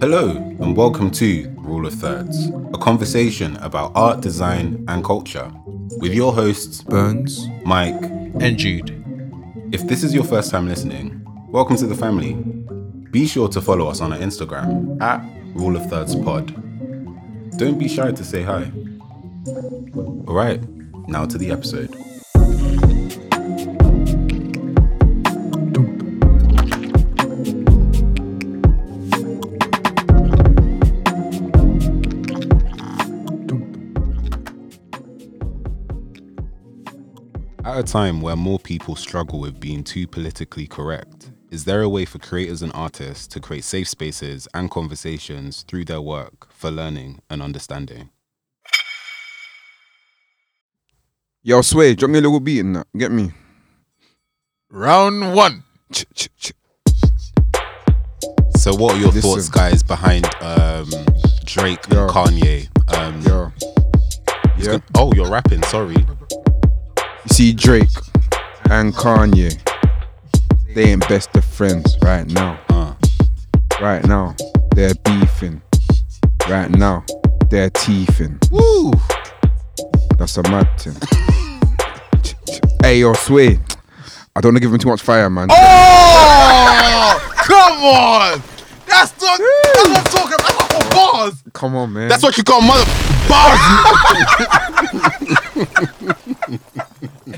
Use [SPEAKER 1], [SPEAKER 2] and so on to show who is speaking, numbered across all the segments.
[SPEAKER 1] Hello, and welcome to Rule of Thirds, a conversation about art, design, and culture with your hosts,
[SPEAKER 2] Burns
[SPEAKER 1] Mike.
[SPEAKER 2] and Jude.
[SPEAKER 1] If this is your first time listening, welcome to the family. Be sure to follow us on our Instagram at Rule of Thirds Pod. Don't be shy to say hi. All right, now to the episode. At a time where more people struggle with being too politically correct, is there a way for creators and artists to create safe spaces and conversations through their work for learning and understanding?
[SPEAKER 3] Yo, Sway, drop me a little beat in that. Get me.
[SPEAKER 2] Round one.
[SPEAKER 3] Ch- ch- ch-
[SPEAKER 1] So, what are your
[SPEAKER 3] Listen.
[SPEAKER 1] thoughts, guys, behind um, Drake
[SPEAKER 3] Yo.
[SPEAKER 1] and Kanye? Um,
[SPEAKER 3] Yo.
[SPEAKER 1] it's
[SPEAKER 3] Yeah.
[SPEAKER 1] gon- oh, you're rapping. Sorry.
[SPEAKER 3] You see Drake and Kanye. They ain't best of friends right now.
[SPEAKER 1] Uh,
[SPEAKER 3] Right now. They're beefing. Right now. They're teething.
[SPEAKER 1] woo.
[SPEAKER 3] That's a mad thing. Ch- ch- hey, yo, Sway. I don't want to give him too much fire, man.
[SPEAKER 2] Oh, come on. That's not. That's what I'm talking about. That's not for bars.
[SPEAKER 3] Come on, man.
[SPEAKER 1] That's what you call mother bars.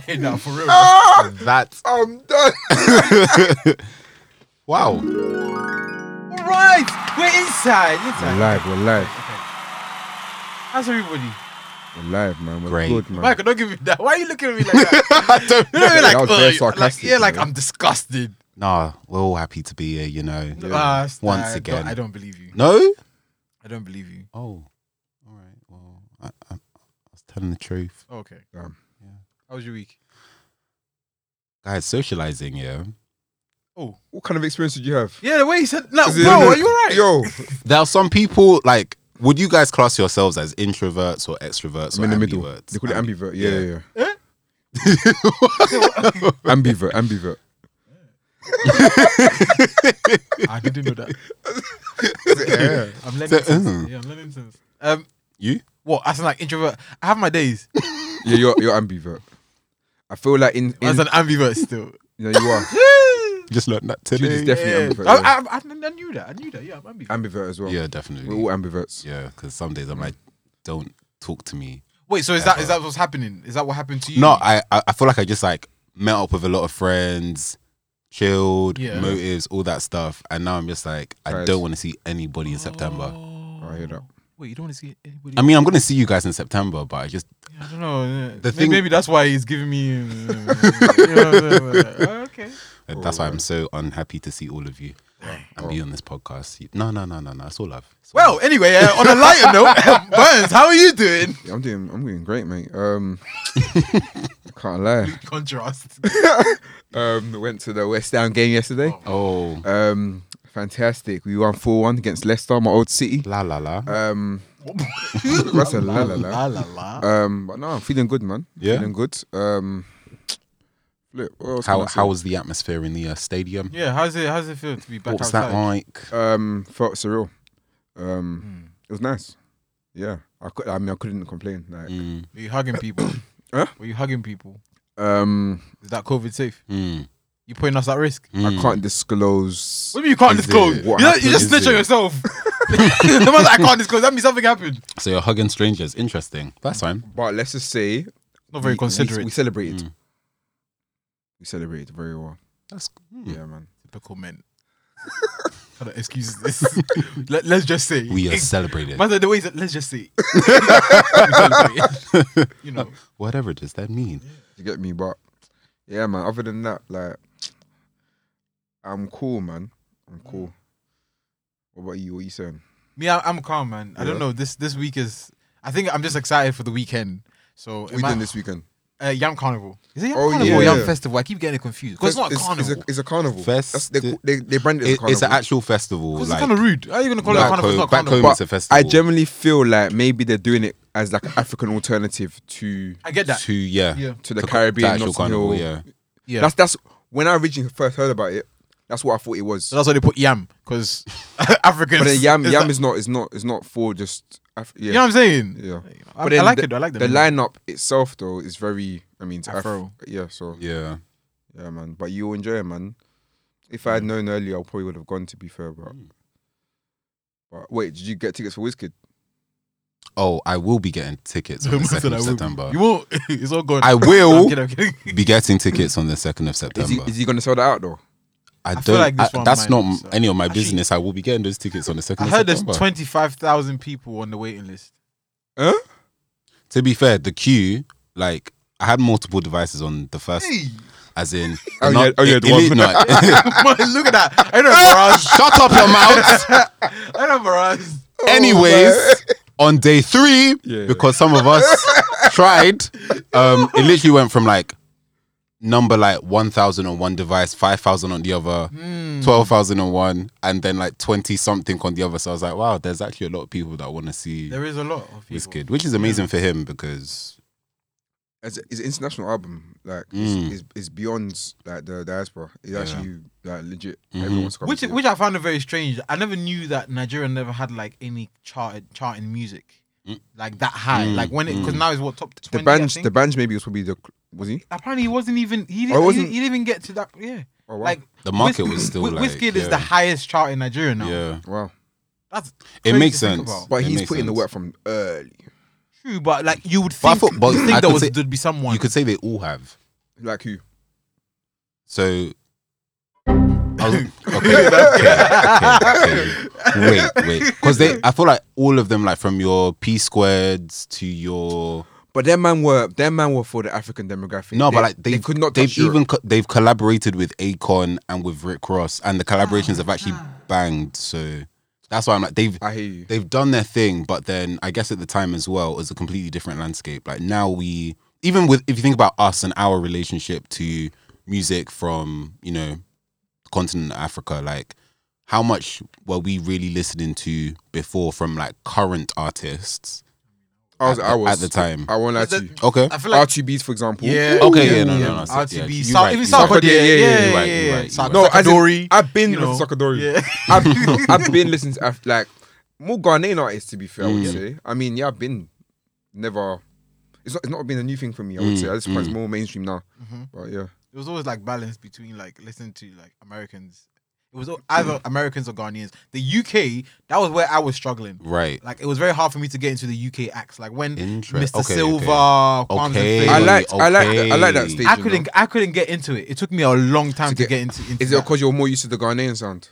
[SPEAKER 2] Hey, now for real.
[SPEAKER 1] that.
[SPEAKER 3] I'm done.
[SPEAKER 1] Wow.
[SPEAKER 4] All right, we're inside.
[SPEAKER 3] We're
[SPEAKER 4] Inside.
[SPEAKER 3] live, we're live.
[SPEAKER 4] How's everybody?
[SPEAKER 3] We're live, man. We're
[SPEAKER 1] Great.
[SPEAKER 3] good, man.
[SPEAKER 2] Michael, don't give me that. Why are you looking at me like that?
[SPEAKER 1] I don't
[SPEAKER 2] You know,
[SPEAKER 1] know.
[SPEAKER 2] like,
[SPEAKER 3] That was
[SPEAKER 2] uh,
[SPEAKER 3] very
[SPEAKER 2] like,
[SPEAKER 3] sarcastic,
[SPEAKER 2] yeah, like
[SPEAKER 3] man.
[SPEAKER 2] I'm disgusted.
[SPEAKER 1] Nah, we're all happy to be here, you know.
[SPEAKER 2] Ah,
[SPEAKER 1] Once
[SPEAKER 2] I don't-
[SPEAKER 1] again.
[SPEAKER 2] I don't believe you.
[SPEAKER 1] No?
[SPEAKER 2] I don't believe you.
[SPEAKER 1] Oh, all right. Well, I, I, I was telling the truth.
[SPEAKER 2] Oh, Okay.
[SPEAKER 3] Damn.
[SPEAKER 1] Yeah.
[SPEAKER 2] How was your week?
[SPEAKER 1] Guys, socializing, yeah.
[SPEAKER 3] What kind of experience did you have?
[SPEAKER 2] Oh. Yeah, the way he said, no,
[SPEAKER 3] Is it-
[SPEAKER 2] bro, are you alright?
[SPEAKER 3] Yo,
[SPEAKER 1] There are some people, like, would you guys class yourselves as introverts or extroverts
[SPEAKER 3] I'm
[SPEAKER 1] or
[SPEAKER 3] in the middle.
[SPEAKER 1] ambiverts?
[SPEAKER 3] They call it ambivert. Yeah,
[SPEAKER 1] yeah.
[SPEAKER 3] yeah, yeah. ambivert, ambivert.
[SPEAKER 2] I didn't know that. I'm learning
[SPEAKER 1] So,
[SPEAKER 2] things.
[SPEAKER 1] mm.
[SPEAKER 2] Yeah, I'm learning things. Um,
[SPEAKER 1] You?
[SPEAKER 2] what? As an like introvert, I have my days.
[SPEAKER 3] Yeah, you're you're ambivert. I feel like in, in
[SPEAKER 2] As an ambivert, still.
[SPEAKER 3] yeah, you are.
[SPEAKER 1] Just learned that
[SPEAKER 3] Jude is
[SPEAKER 1] today.
[SPEAKER 3] definitely
[SPEAKER 2] Yeah.
[SPEAKER 3] ambivert.
[SPEAKER 2] I,
[SPEAKER 3] yeah.
[SPEAKER 2] I, I, I knew that. I knew that. Yeah, I'm ambivert.
[SPEAKER 3] ambivert as well.
[SPEAKER 1] yeah, definitely.
[SPEAKER 3] We're all ambiverts.
[SPEAKER 1] Yeah, because some days I'm like, don't talk to me.
[SPEAKER 2] Wait, so is that is that what's happening? Is that what happened to you?
[SPEAKER 1] No, I, I I feel like I just like met up with a lot of friends, chilled,
[SPEAKER 2] Yeah.
[SPEAKER 1] motives, all that stuff, and now I'm just like, I
[SPEAKER 3] Right.
[SPEAKER 1] don't want to see anybody in September.
[SPEAKER 2] Oh.
[SPEAKER 3] I hear that.
[SPEAKER 2] Wait, you don't want to see anybody?
[SPEAKER 1] I mean, I'm gonna see you guys in September, but I just
[SPEAKER 2] I don't know. The maybe,
[SPEAKER 1] thing-
[SPEAKER 2] maybe that's why he's giving me. you know what I'm saying? okay.
[SPEAKER 1] that's why I'm so unhappy to see all of you and be on this podcast. No, no, no, no, no. It's all love. It's all
[SPEAKER 2] Well, anyway, uh, on a lighter note, Burns, how are you doing?
[SPEAKER 3] Yeah, I'm doing I'm doing great, mate. Um, I can't lie.
[SPEAKER 2] Contrast.
[SPEAKER 3] Um, went to the West Ham game yesterday.
[SPEAKER 1] love. oh,
[SPEAKER 3] Um, fantastic. We won four one against Leicester, my old city.
[SPEAKER 1] la la la.
[SPEAKER 2] Uh,
[SPEAKER 3] Um, that's a la la
[SPEAKER 2] la
[SPEAKER 3] Ah, la.
[SPEAKER 2] la la.
[SPEAKER 3] Um, but no, I'm feeling good, man.
[SPEAKER 1] Yeah?
[SPEAKER 3] feeling good. Um, look, what else
[SPEAKER 1] how
[SPEAKER 3] can I say?
[SPEAKER 1] how was the atmosphere in the uh, stadium?
[SPEAKER 2] Yeah, how's it? How's it feel to be back
[SPEAKER 1] what was
[SPEAKER 2] outside?
[SPEAKER 1] that like?
[SPEAKER 3] um felt surreal um
[SPEAKER 1] Hmm.
[SPEAKER 3] it was nice yeah i could i mean i couldn't complain like
[SPEAKER 1] Mm,
[SPEAKER 2] Were you hugging people?
[SPEAKER 3] Huh?
[SPEAKER 2] Were you hugging people?
[SPEAKER 1] Hmm.
[SPEAKER 3] um
[SPEAKER 2] Is that COVID safe?
[SPEAKER 1] mm,
[SPEAKER 2] You putting us at risk?
[SPEAKER 1] mm.
[SPEAKER 3] i can't
[SPEAKER 2] What do
[SPEAKER 3] disclose
[SPEAKER 2] you mean you can't
[SPEAKER 1] Is
[SPEAKER 2] disclose?
[SPEAKER 1] it?
[SPEAKER 2] You,
[SPEAKER 3] What
[SPEAKER 2] know, you
[SPEAKER 3] happened?
[SPEAKER 2] just
[SPEAKER 1] Is
[SPEAKER 2] snitch on
[SPEAKER 1] it?
[SPEAKER 2] yourself. the moment I can't disclose, that means something happened.
[SPEAKER 1] So you're hugging strangers. Interesting. That's fine.
[SPEAKER 3] but let's just say
[SPEAKER 2] Not very
[SPEAKER 3] we- we-
[SPEAKER 2] considerate.
[SPEAKER 3] we, celebrated
[SPEAKER 1] Mm.
[SPEAKER 3] we celebrated very well
[SPEAKER 1] That's mm.
[SPEAKER 3] yeah man
[SPEAKER 2] Typical men. Kind of excuses this. Let, us just say.
[SPEAKER 1] we are
[SPEAKER 2] Ex-
[SPEAKER 1] celebrated.
[SPEAKER 2] Matter the way is that- let's just say. you know.
[SPEAKER 1] Whatever does that mean?
[SPEAKER 3] you get me but yeah man other than that like i'm cool man i'm
[SPEAKER 1] Hmm.
[SPEAKER 3] cool what about you what you saying
[SPEAKER 2] Me, I, I'm calm, man. I don't
[SPEAKER 3] Yeah.
[SPEAKER 2] know. This this week is. I think I'm just excited for the weekend. So
[SPEAKER 3] what you doing this weekend
[SPEAKER 2] uh, Yam Carnival. Is it Yam
[SPEAKER 3] Oh,
[SPEAKER 2] Carnival or
[SPEAKER 3] yeah.
[SPEAKER 2] Yam Festival? I keep getting it confused. Because it's not a carnival.
[SPEAKER 3] it's a, it's a carnival
[SPEAKER 1] Fest-
[SPEAKER 3] That's- they, they, they brand it as a
[SPEAKER 1] It-
[SPEAKER 3] carnival
[SPEAKER 1] it's an actual festival.
[SPEAKER 2] Because
[SPEAKER 1] like,
[SPEAKER 2] it's kind of rude. How are you going to call it a
[SPEAKER 1] back
[SPEAKER 2] carnival?
[SPEAKER 1] home,
[SPEAKER 2] it's not a
[SPEAKER 1] back
[SPEAKER 2] carnival.
[SPEAKER 1] home it's a festival.
[SPEAKER 3] I generally feel like maybe they're doing it as like an African alternative to
[SPEAKER 2] I get that.
[SPEAKER 1] to yeah,
[SPEAKER 2] Yeah.
[SPEAKER 3] to the
[SPEAKER 1] To co-
[SPEAKER 3] Caribbean.
[SPEAKER 1] the actual
[SPEAKER 3] Notting Hill.
[SPEAKER 1] carnival, yeah.
[SPEAKER 2] Yeah.
[SPEAKER 3] That's that's when I originally first heard about it. That's what I thought it was.
[SPEAKER 2] So that's why they put yam because Africans.
[SPEAKER 3] But then yam,
[SPEAKER 2] is
[SPEAKER 3] yam
[SPEAKER 2] that-
[SPEAKER 3] is not. It's not. It's not for just. Af- yeah,
[SPEAKER 2] You know what I'm saying?
[SPEAKER 3] yeah.
[SPEAKER 2] I,
[SPEAKER 3] But then
[SPEAKER 2] I like
[SPEAKER 3] the-
[SPEAKER 2] it. though, I like
[SPEAKER 3] The
[SPEAKER 2] them.
[SPEAKER 3] lineup itself, though, is very. I mean, it's Af-
[SPEAKER 2] Afro.
[SPEAKER 3] yeah. So
[SPEAKER 1] Yeah.
[SPEAKER 3] yeah, man. But you'll enjoy it, man. If I had known earlier, I probably would have gone. To be fair, but. But wait, did you get tickets for Wizkid?
[SPEAKER 1] Oh, I will be getting tickets on the
[SPEAKER 2] Someone
[SPEAKER 1] second
[SPEAKER 2] said I
[SPEAKER 1] of
[SPEAKER 2] will be-
[SPEAKER 1] September.
[SPEAKER 2] You won't. it's all gone.
[SPEAKER 1] I
[SPEAKER 2] No,
[SPEAKER 1] will
[SPEAKER 2] I'm kidding, I'm kidding.
[SPEAKER 1] be getting tickets on the second of September.
[SPEAKER 3] Is he, is he gonna sell that out though?
[SPEAKER 1] I
[SPEAKER 2] I
[SPEAKER 1] don't.
[SPEAKER 2] feel like this
[SPEAKER 1] I-
[SPEAKER 2] one
[SPEAKER 1] that's
[SPEAKER 2] might
[SPEAKER 1] not
[SPEAKER 2] be, so.
[SPEAKER 1] any of my
[SPEAKER 2] Actually-
[SPEAKER 1] business. I will be getting those tickets on the second.
[SPEAKER 2] I
[SPEAKER 1] of
[SPEAKER 2] heard there's
[SPEAKER 1] September.
[SPEAKER 2] 25,000 people on the waiting list.
[SPEAKER 3] Huh?
[SPEAKER 1] to be fair, the queue, like I had multiple devices on the first, as in.
[SPEAKER 3] Oh,
[SPEAKER 1] not-
[SPEAKER 3] yeah, oh, yeah,
[SPEAKER 1] it-
[SPEAKER 3] the
[SPEAKER 1] it
[SPEAKER 3] one-
[SPEAKER 1] lit- no,
[SPEAKER 2] Man, look at that. I know Barrage.
[SPEAKER 1] Shut up your mouth.
[SPEAKER 2] I know Barrage.
[SPEAKER 1] Anyways,
[SPEAKER 2] Oh
[SPEAKER 1] on day three,
[SPEAKER 3] Yeah.
[SPEAKER 1] because some of us tried, um, it literally went from like number like 1,000 on one device, 5,000 on the other,
[SPEAKER 2] Hmm.
[SPEAKER 1] 12,000 on one, and then like 20 something on the other. So I was like, wow, there's actually a lot of people that want to see
[SPEAKER 2] There is a lot of people.
[SPEAKER 1] Wizkid, which is amazing for him because
[SPEAKER 3] It's, it's an international album. Like
[SPEAKER 1] Mm.
[SPEAKER 3] it's, it's, it's beyond like the diaspora. It's actually like legit.
[SPEAKER 1] Mm-hmm.
[SPEAKER 3] Everyone wants to come
[SPEAKER 2] Which
[SPEAKER 3] see it.
[SPEAKER 2] which I found it very strange. I never knew that Nigeria never had like any charted charting music like that high.
[SPEAKER 1] Mm,
[SPEAKER 2] Like when it because now it's what top
[SPEAKER 3] the
[SPEAKER 2] twenty. I
[SPEAKER 3] bands,
[SPEAKER 2] think.
[SPEAKER 3] the bands maybe was probably the was he?
[SPEAKER 2] apparently he wasn't even he didn't,
[SPEAKER 3] Oh, it
[SPEAKER 2] he,
[SPEAKER 3] wasn't-
[SPEAKER 2] didn't- he didn't even get to that. Yeah,
[SPEAKER 3] Oh wow!
[SPEAKER 2] like
[SPEAKER 1] the market
[SPEAKER 2] Wiz-
[SPEAKER 1] was still
[SPEAKER 2] Wiz-
[SPEAKER 1] like.
[SPEAKER 2] Wizkid is
[SPEAKER 1] yeah,
[SPEAKER 2] the highest chart in Nigeria now.
[SPEAKER 1] Yeah.
[SPEAKER 3] wow.
[SPEAKER 2] That's
[SPEAKER 1] It
[SPEAKER 2] crazy
[SPEAKER 1] makes
[SPEAKER 2] to think
[SPEAKER 1] sense.
[SPEAKER 2] about.
[SPEAKER 3] But
[SPEAKER 1] It
[SPEAKER 3] he's
[SPEAKER 1] makes
[SPEAKER 3] put in the
[SPEAKER 1] sense.
[SPEAKER 3] work from early.
[SPEAKER 2] True, but like you would
[SPEAKER 1] But I
[SPEAKER 2] think,
[SPEAKER 1] thought- but
[SPEAKER 2] you
[SPEAKER 1] I
[SPEAKER 2] think there
[SPEAKER 1] could
[SPEAKER 2] was
[SPEAKER 1] say-
[SPEAKER 2] there'd be someone.
[SPEAKER 1] You could say they all have.
[SPEAKER 3] Like who?
[SPEAKER 1] So. I was- okay, okay, okay. Wait, wait. Because they, I feel like all of them, like from your P squareds to your
[SPEAKER 3] But their man were their man were for the African demographic.
[SPEAKER 1] no,
[SPEAKER 3] They-
[SPEAKER 1] but like
[SPEAKER 3] they,
[SPEAKER 1] they've,
[SPEAKER 3] could not.
[SPEAKER 1] they've
[SPEAKER 3] touch Europe.
[SPEAKER 1] even co- they've collaborated with Akon and with Rick Ross, and the collaborations have actually banged. So that's why I'm like they've
[SPEAKER 3] I hear you.
[SPEAKER 1] they've done their thing, but then I guess at the time as well, it was a completely different landscape. Like now we, even with, if you think about us and our relationship to music from, you know, continent of Africa, like how much were we really listening to before from like current artists
[SPEAKER 3] I was.
[SPEAKER 1] at,
[SPEAKER 3] I
[SPEAKER 1] the-
[SPEAKER 3] was
[SPEAKER 1] at the time?
[SPEAKER 3] I won't lie
[SPEAKER 2] Is
[SPEAKER 3] to
[SPEAKER 2] it-
[SPEAKER 3] you.
[SPEAKER 1] Okay.
[SPEAKER 2] I feel like
[SPEAKER 3] R2Bs, for example.
[SPEAKER 2] yeah,
[SPEAKER 1] Okay, yeah, no, no, no, so- yeah,
[SPEAKER 2] RTB,
[SPEAKER 1] you
[SPEAKER 2] South,
[SPEAKER 1] right,
[SPEAKER 2] even
[SPEAKER 1] you
[SPEAKER 2] South
[SPEAKER 1] right.
[SPEAKER 2] Korea, yeah,
[SPEAKER 3] Yeah, yeah,
[SPEAKER 2] yeah,
[SPEAKER 1] you
[SPEAKER 2] yeah,
[SPEAKER 1] right, you
[SPEAKER 2] yeah,
[SPEAKER 1] right, you
[SPEAKER 2] South
[SPEAKER 1] right.
[SPEAKER 3] No, as in,
[SPEAKER 2] Sakadori,
[SPEAKER 3] I've been
[SPEAKER 2] you
[SPEAKER 3] listening
[SPEAKER 2] know.
[SPEAKER 3] to Sakadori.
[SPEAKER 2] yeah.
[SPEAKER 3] I've, I've been listening to Af- like more Ghanaian artists. To be fair, I would
[SPEAKER 1] Mm.
[SPEAKER 3] say. I mean, yeah, I've been never. It's not. It's not been a new thing for me. I would
[SPEAKER 1] Mm,
[SPEAKER 3] say. I just find it's
[SPEAKER 1] mm.
[SPEAKER 3] more mainstream now.
[SPEAKER 2] Mhm.
[SPEAKER 3] But yeah,
[SPEAKER 2] It was always like balance between like listening to like Americans. It was al- either
[SPEAKER 3] Mm.
[SPEAKER 2] Americans or Ghanaians. The UK, that was where I was struggling.
[SPEAKER 1] Right.
[SPEAKER 2] Like it was very hard for me to get into the UK acts. Like when
[SPEAKER 1] Interest-
[SPEAKER 2] Mr.
[SPEAKER 1] okay,
[SPEAKER 2] Silver,
[SPEAKER 1] okay.
[SPEAKER 2] Kwame
[SPEAKER 1] Okay.
[SPEAKER 2] Nkrumah-
[SPEAKER 3] I like. I like. that- I like that
[SPEAKER 1] okay.
[SPEAKER 3] stage.
[SPEAKER 2] I
[SPEAKER 3] you know.
[SPEAKER 2] couldn't. I couldn't get into it. It took me a long time to,
[SPEAKER 3] get-
[SPEAKER 2] get, into. into
[SPEAKER 3] Is it
[SPEAKER 2] that.
[SPEAKER 3] because you're more used to the Ghanaian sound?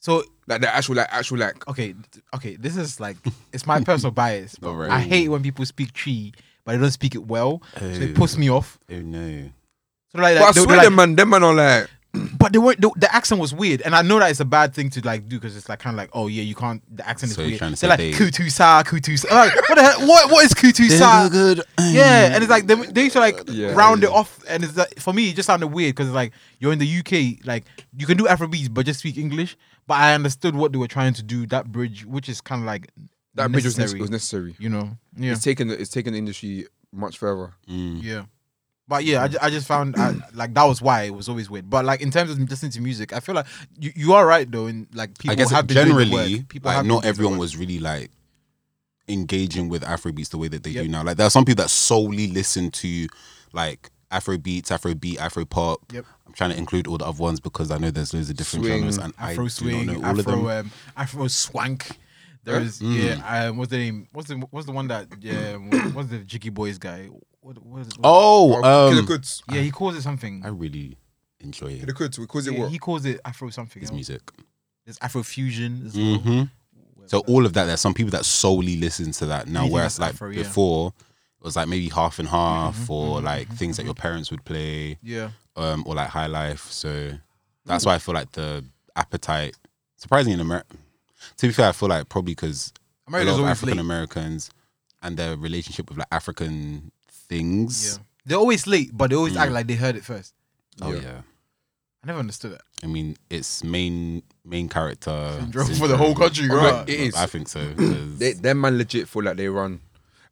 [SPEAKER 2] So
[SPEAKER 3] Like the actual, like actual, like.
[SPEAKER 2] okay, th- okay. This is like it's my personal bias. but
[SPEAKER 1] Alright.
[SPEAKER 2] I hate when people speak tree, but they don't speak it well. So
[SPEAKER 1] Oh.
[SPEAKER 2] it puts me off.
[SPEAKER 1] Oh no.
[SPEAKER 2] So like,
[SPEAKER 3] But I
[SPEAKER 2] like, they-
[SPEAKER 3] swear,
[SPEAKER 2] they're like-
[SPEAKER 3] them man, them man are like.
[SPEAKER 2] but they weren't. The, the accent was weird, and I know that it's a bad thing to like do because it's like kind of like, oh yeah, you can't. The accent
[SPEAKER 1] So
[SPEAKER 2] is
[SPEAKER 1] you're
[SPEAKER 2] weird.
[SPEAKER 1] trying to
[SPEAKER 2] They're
[SPEAKER 1] say
[SPEAKER 2] like kutusa, kutusa. Like, what the hell? What what is kutusa?
[SPEAKER 1] good.
[SPEAKER 2] Yeah, and it's like they, they used to like
[SPEAKER 3] Yeah.
[SPEAKER 2] round it off, and it's like for me it just sounded weird because like you're in the UK, like you can do Afrobeats but just speak English. But I understood what they were trying to do that bridge, which is kind of like
[SPEAKER 3] That bridge was, nec-
[SPEAKER 2] necessary,
[SPEAKER 3] was necessary.
[SPEAKER 2] you know. Yeah,
[SPEAKER 3] It's taken. the- It's taken the industry much further.
[SPEAKER 1] Mm.
[SPEAKER 2] yeah. But yeah, I, ju- I just found I, like that was why it was always weird. But like in terms of listening to music, I feel like you, you are right though. In like people
[SPEAKER 1] I guess
[SPEAKER 2] have been doing the
[SPEAKER 1] generally,
[SPEAKER 2] work. people
[SPEAKER 1] like
[SPEAKER 2] have
[SPEAKER 1] not
[SPEAKER 2] been doing the
[SPEAKER 1] everyone
[SPEAKER 2] work.
[SPEAKER 1] was really like engaging with Afrobeats the way that they
[SPEAKER 2] Yep.
[SPEAKER 1] do now. Like there are some people that solely listen to like Afrobeats, Afrobeat, Afropop.
[SPEAKER 2] Yep.
[SPEAKER 1] I'm trying to include all the other ones because I know there's loads of different
[SPEAKER 3] Swing,
[SPEAKER 1] genres and
[SPEAKER 2] Afro
[SPEAKER 1] I do
[SPEAKER 2] swing,
[SPEAKER 1] not know all
[SPEAKER 2] Afro
[SPEAKER 1] of them. Hmm.
[SPEAKER 2] um, Afro swank. There
[SPEAKER 3] Huh?
[SPEAKER 2] is yeah. Um, what's the name? What's the what's the one that yeah? what- What's the Jiggy Boys guy? What, what is, what-
[SPEAKER 1] Oh,
[SPEAKER 3] Kill the
[SPEAKER 1] um,
[SPEAKER 3] goods.
[SPEAKER 2] yeah, he calls it something.
[SPEAKER 1] I really enjoy
[SPEAKER 3] Kill the
[SPEAKER 1] it.
[SPEAKER 3] goods. We cause it
[SPEAKER 2] Yeah,
[SPEAKER 3] what?
[SPEAKER 2] he calls it Afro something.
[SPEAKER 1] His
[SPEAKER 2] else.
[SPEAKER 1] music.
[SPEAKER 2] There's Afro fusion. As well.
[SPEAKER 1] hmm So all of that, there's some people that solely listen to that now,
[SPEAKER 2] Anything
[SPEAKER 1] whereas
[SPEAKER 2] that's
[SPEAKER 1] like
[SPEAKER 2] Afro, yeah. Mm-hmm.
[SPEAKER 1] before, it was like maybe half and half, or like things that your parents would play.
[SPEAKER 2] Yeah,
[SPEAKER 1] um, or like high life. So that's why I feel like the appetite, surprisingly in America, to be fair, I feel like probably because a
[SPEAKER 2] America's
[SPEAKER 1] lot of
[SPEAKER 2] always
[SPEAKER 1] African
[SPEAKER 2] late.
[SPEAKER 1] Americans and their relationship with like African things.
[SPEAKER 2] Yeah, they're always late, but they always
[SPEAKER 1] Mm.
[SPEAKER 2] act like they heard it first.
[SPEAKER 1] Oh yeah.
[SPEAKER 3] Yeah.
[SPEAKER 2] I never understood that.
[SPEAKER 1] I mean, it's main main character
[SPEAKER 2] Syndrome for the
[SPEAKER 1] syndrome.
[SPEAKER 2] whole country,
[SPEAKER 1] I
[SPEAKER 2] right?
[SPEAKER 1] think-
[SPEAKER 3] It is.
[SPEAKER 1] I think so. 'cause-
[SPEAKER 3] They, them man legit feel like they run.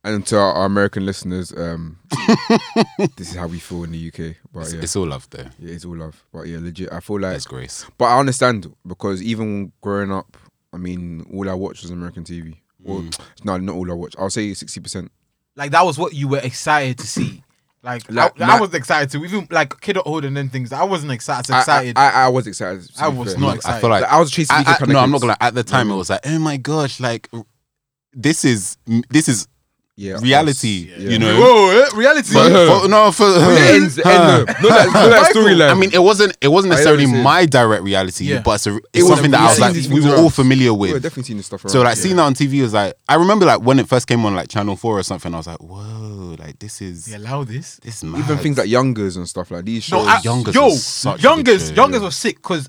[SPEAKER 3] And to our, our American listeners, um, this is how we feel in the UK. But
[SPEAKER 1] It's,
[SPEAKER 3] yeah,
[SPEAKER 1] it's all love though.
[SPEAKER 3] yeah, it's all love. But yeah, legit, I feel like
[SPEAKER 1] There's grace.
[SPEAKER 3] But I understand because even growing up, I mean, all I watched was American TV. Well,
[SPEAKER 1] Mm.
[SPEAKER 3] no, not all I watched. I'll say sixty percent.
[SPEAKER 2] Like that was what you were excited to see. Like,
[SPEAKER 3] Like,
[SPEAKER 2] I,
[SPEAKER 3] my-
[SPEAKER 2] I was excited to even like kid old and them things. I wasn't excited.
[SPEAKER 3] I,
[SPEAKER 2] Excited.
[SPEAKER 3] I, I was excited. to
[SPEAKER 2] I
[SPEAKER 3] be
[SPEAKER 2] was
[SPEAKER 3] fair.
[SPEAKER 2] not
[SPEAKER 3] Like,
[SPEAKER 1] I
[SPEAKER 2] excited.
[SPEAKER 1] feel like
[SPEAKER 3] I was chasing
[SPEAKER 1] I-
[SPEAKER 3] these
[SPEAKER 1] I-
[SPEAKER 3] kind of
[SPEAKER 1] no, I'm
[SPEAKER 3] kids.
[SPEAKER 1] not gonna. lie. At the time, it was like, oh my gosh, like this is this is
[SPEAKER 3] yeah, I
[SPEAKER 1] reality,
[SPEAKER 3] Yeah.
[SPEAKER 1] you know.
[SPEAKER 2] Whoa, eh, reality.
[SPEAKER 1] But-
[SPEAKER 3] Yeah.
[SPEAKER 1] but no, for,
[SPEAKER 3] was- The ends, the end, no, not that, not that storyline.
[SPEAKER 1] I mean, it wasn't it wasn't
[SPEAKER 3] Um, I
[SPEAKER 1] necessarily
[SPEAKER 3] understand.
[SPEAKER 1] my direct reality,
[SPEAKER 2] Yeah.
[SPEAKER 1] but it's, a,
[SPEAKER 3] It
[SPEAKER 1] it's
[SPEAKER 3] was-
[SPEAKER 1] something that I
[SPEAKER 3] we've
[SPEAKER 1] was
[SPEAKER 3] seen
[SPEAKER 1] like,
[SPEAKER 3] these
[SPEAKER 1] we
[SPEAKER 3] things
[SPEAKER 1] were
[SPEAKER 3] around.
[SPEAKER 1] all familiar
[SPEAKER 3] we were
[SPEAKER 1] with.
[SPEAKER 3] definitely seeing this stuff. Around.
[SPEAKER 1] So like
[SPEAKER 3] yeah.
[SPEAKER 1] seeing that on TV was like, I remember like when it first came on like Channel Four or something, I was like, whoa, like this is
[SPEAKER 2] They allow this.
[SPEAKER 1] this is mad.
[SPEAKER 3] even things like Youngers and stuff like these
[SPEAKER 2] No,
[SPEAKER 3] shows.
[SPEAKER 1] Yo,
[SPEAKER 2] I,
[SPEAKER 1] Youngers
[SPEAKER 2] yo,
[SPEAKER 1] was such a good
[SPEAKER 2] youngers,
[SPEAKER 1] show.
[SPEAKER 2] youngers was sick because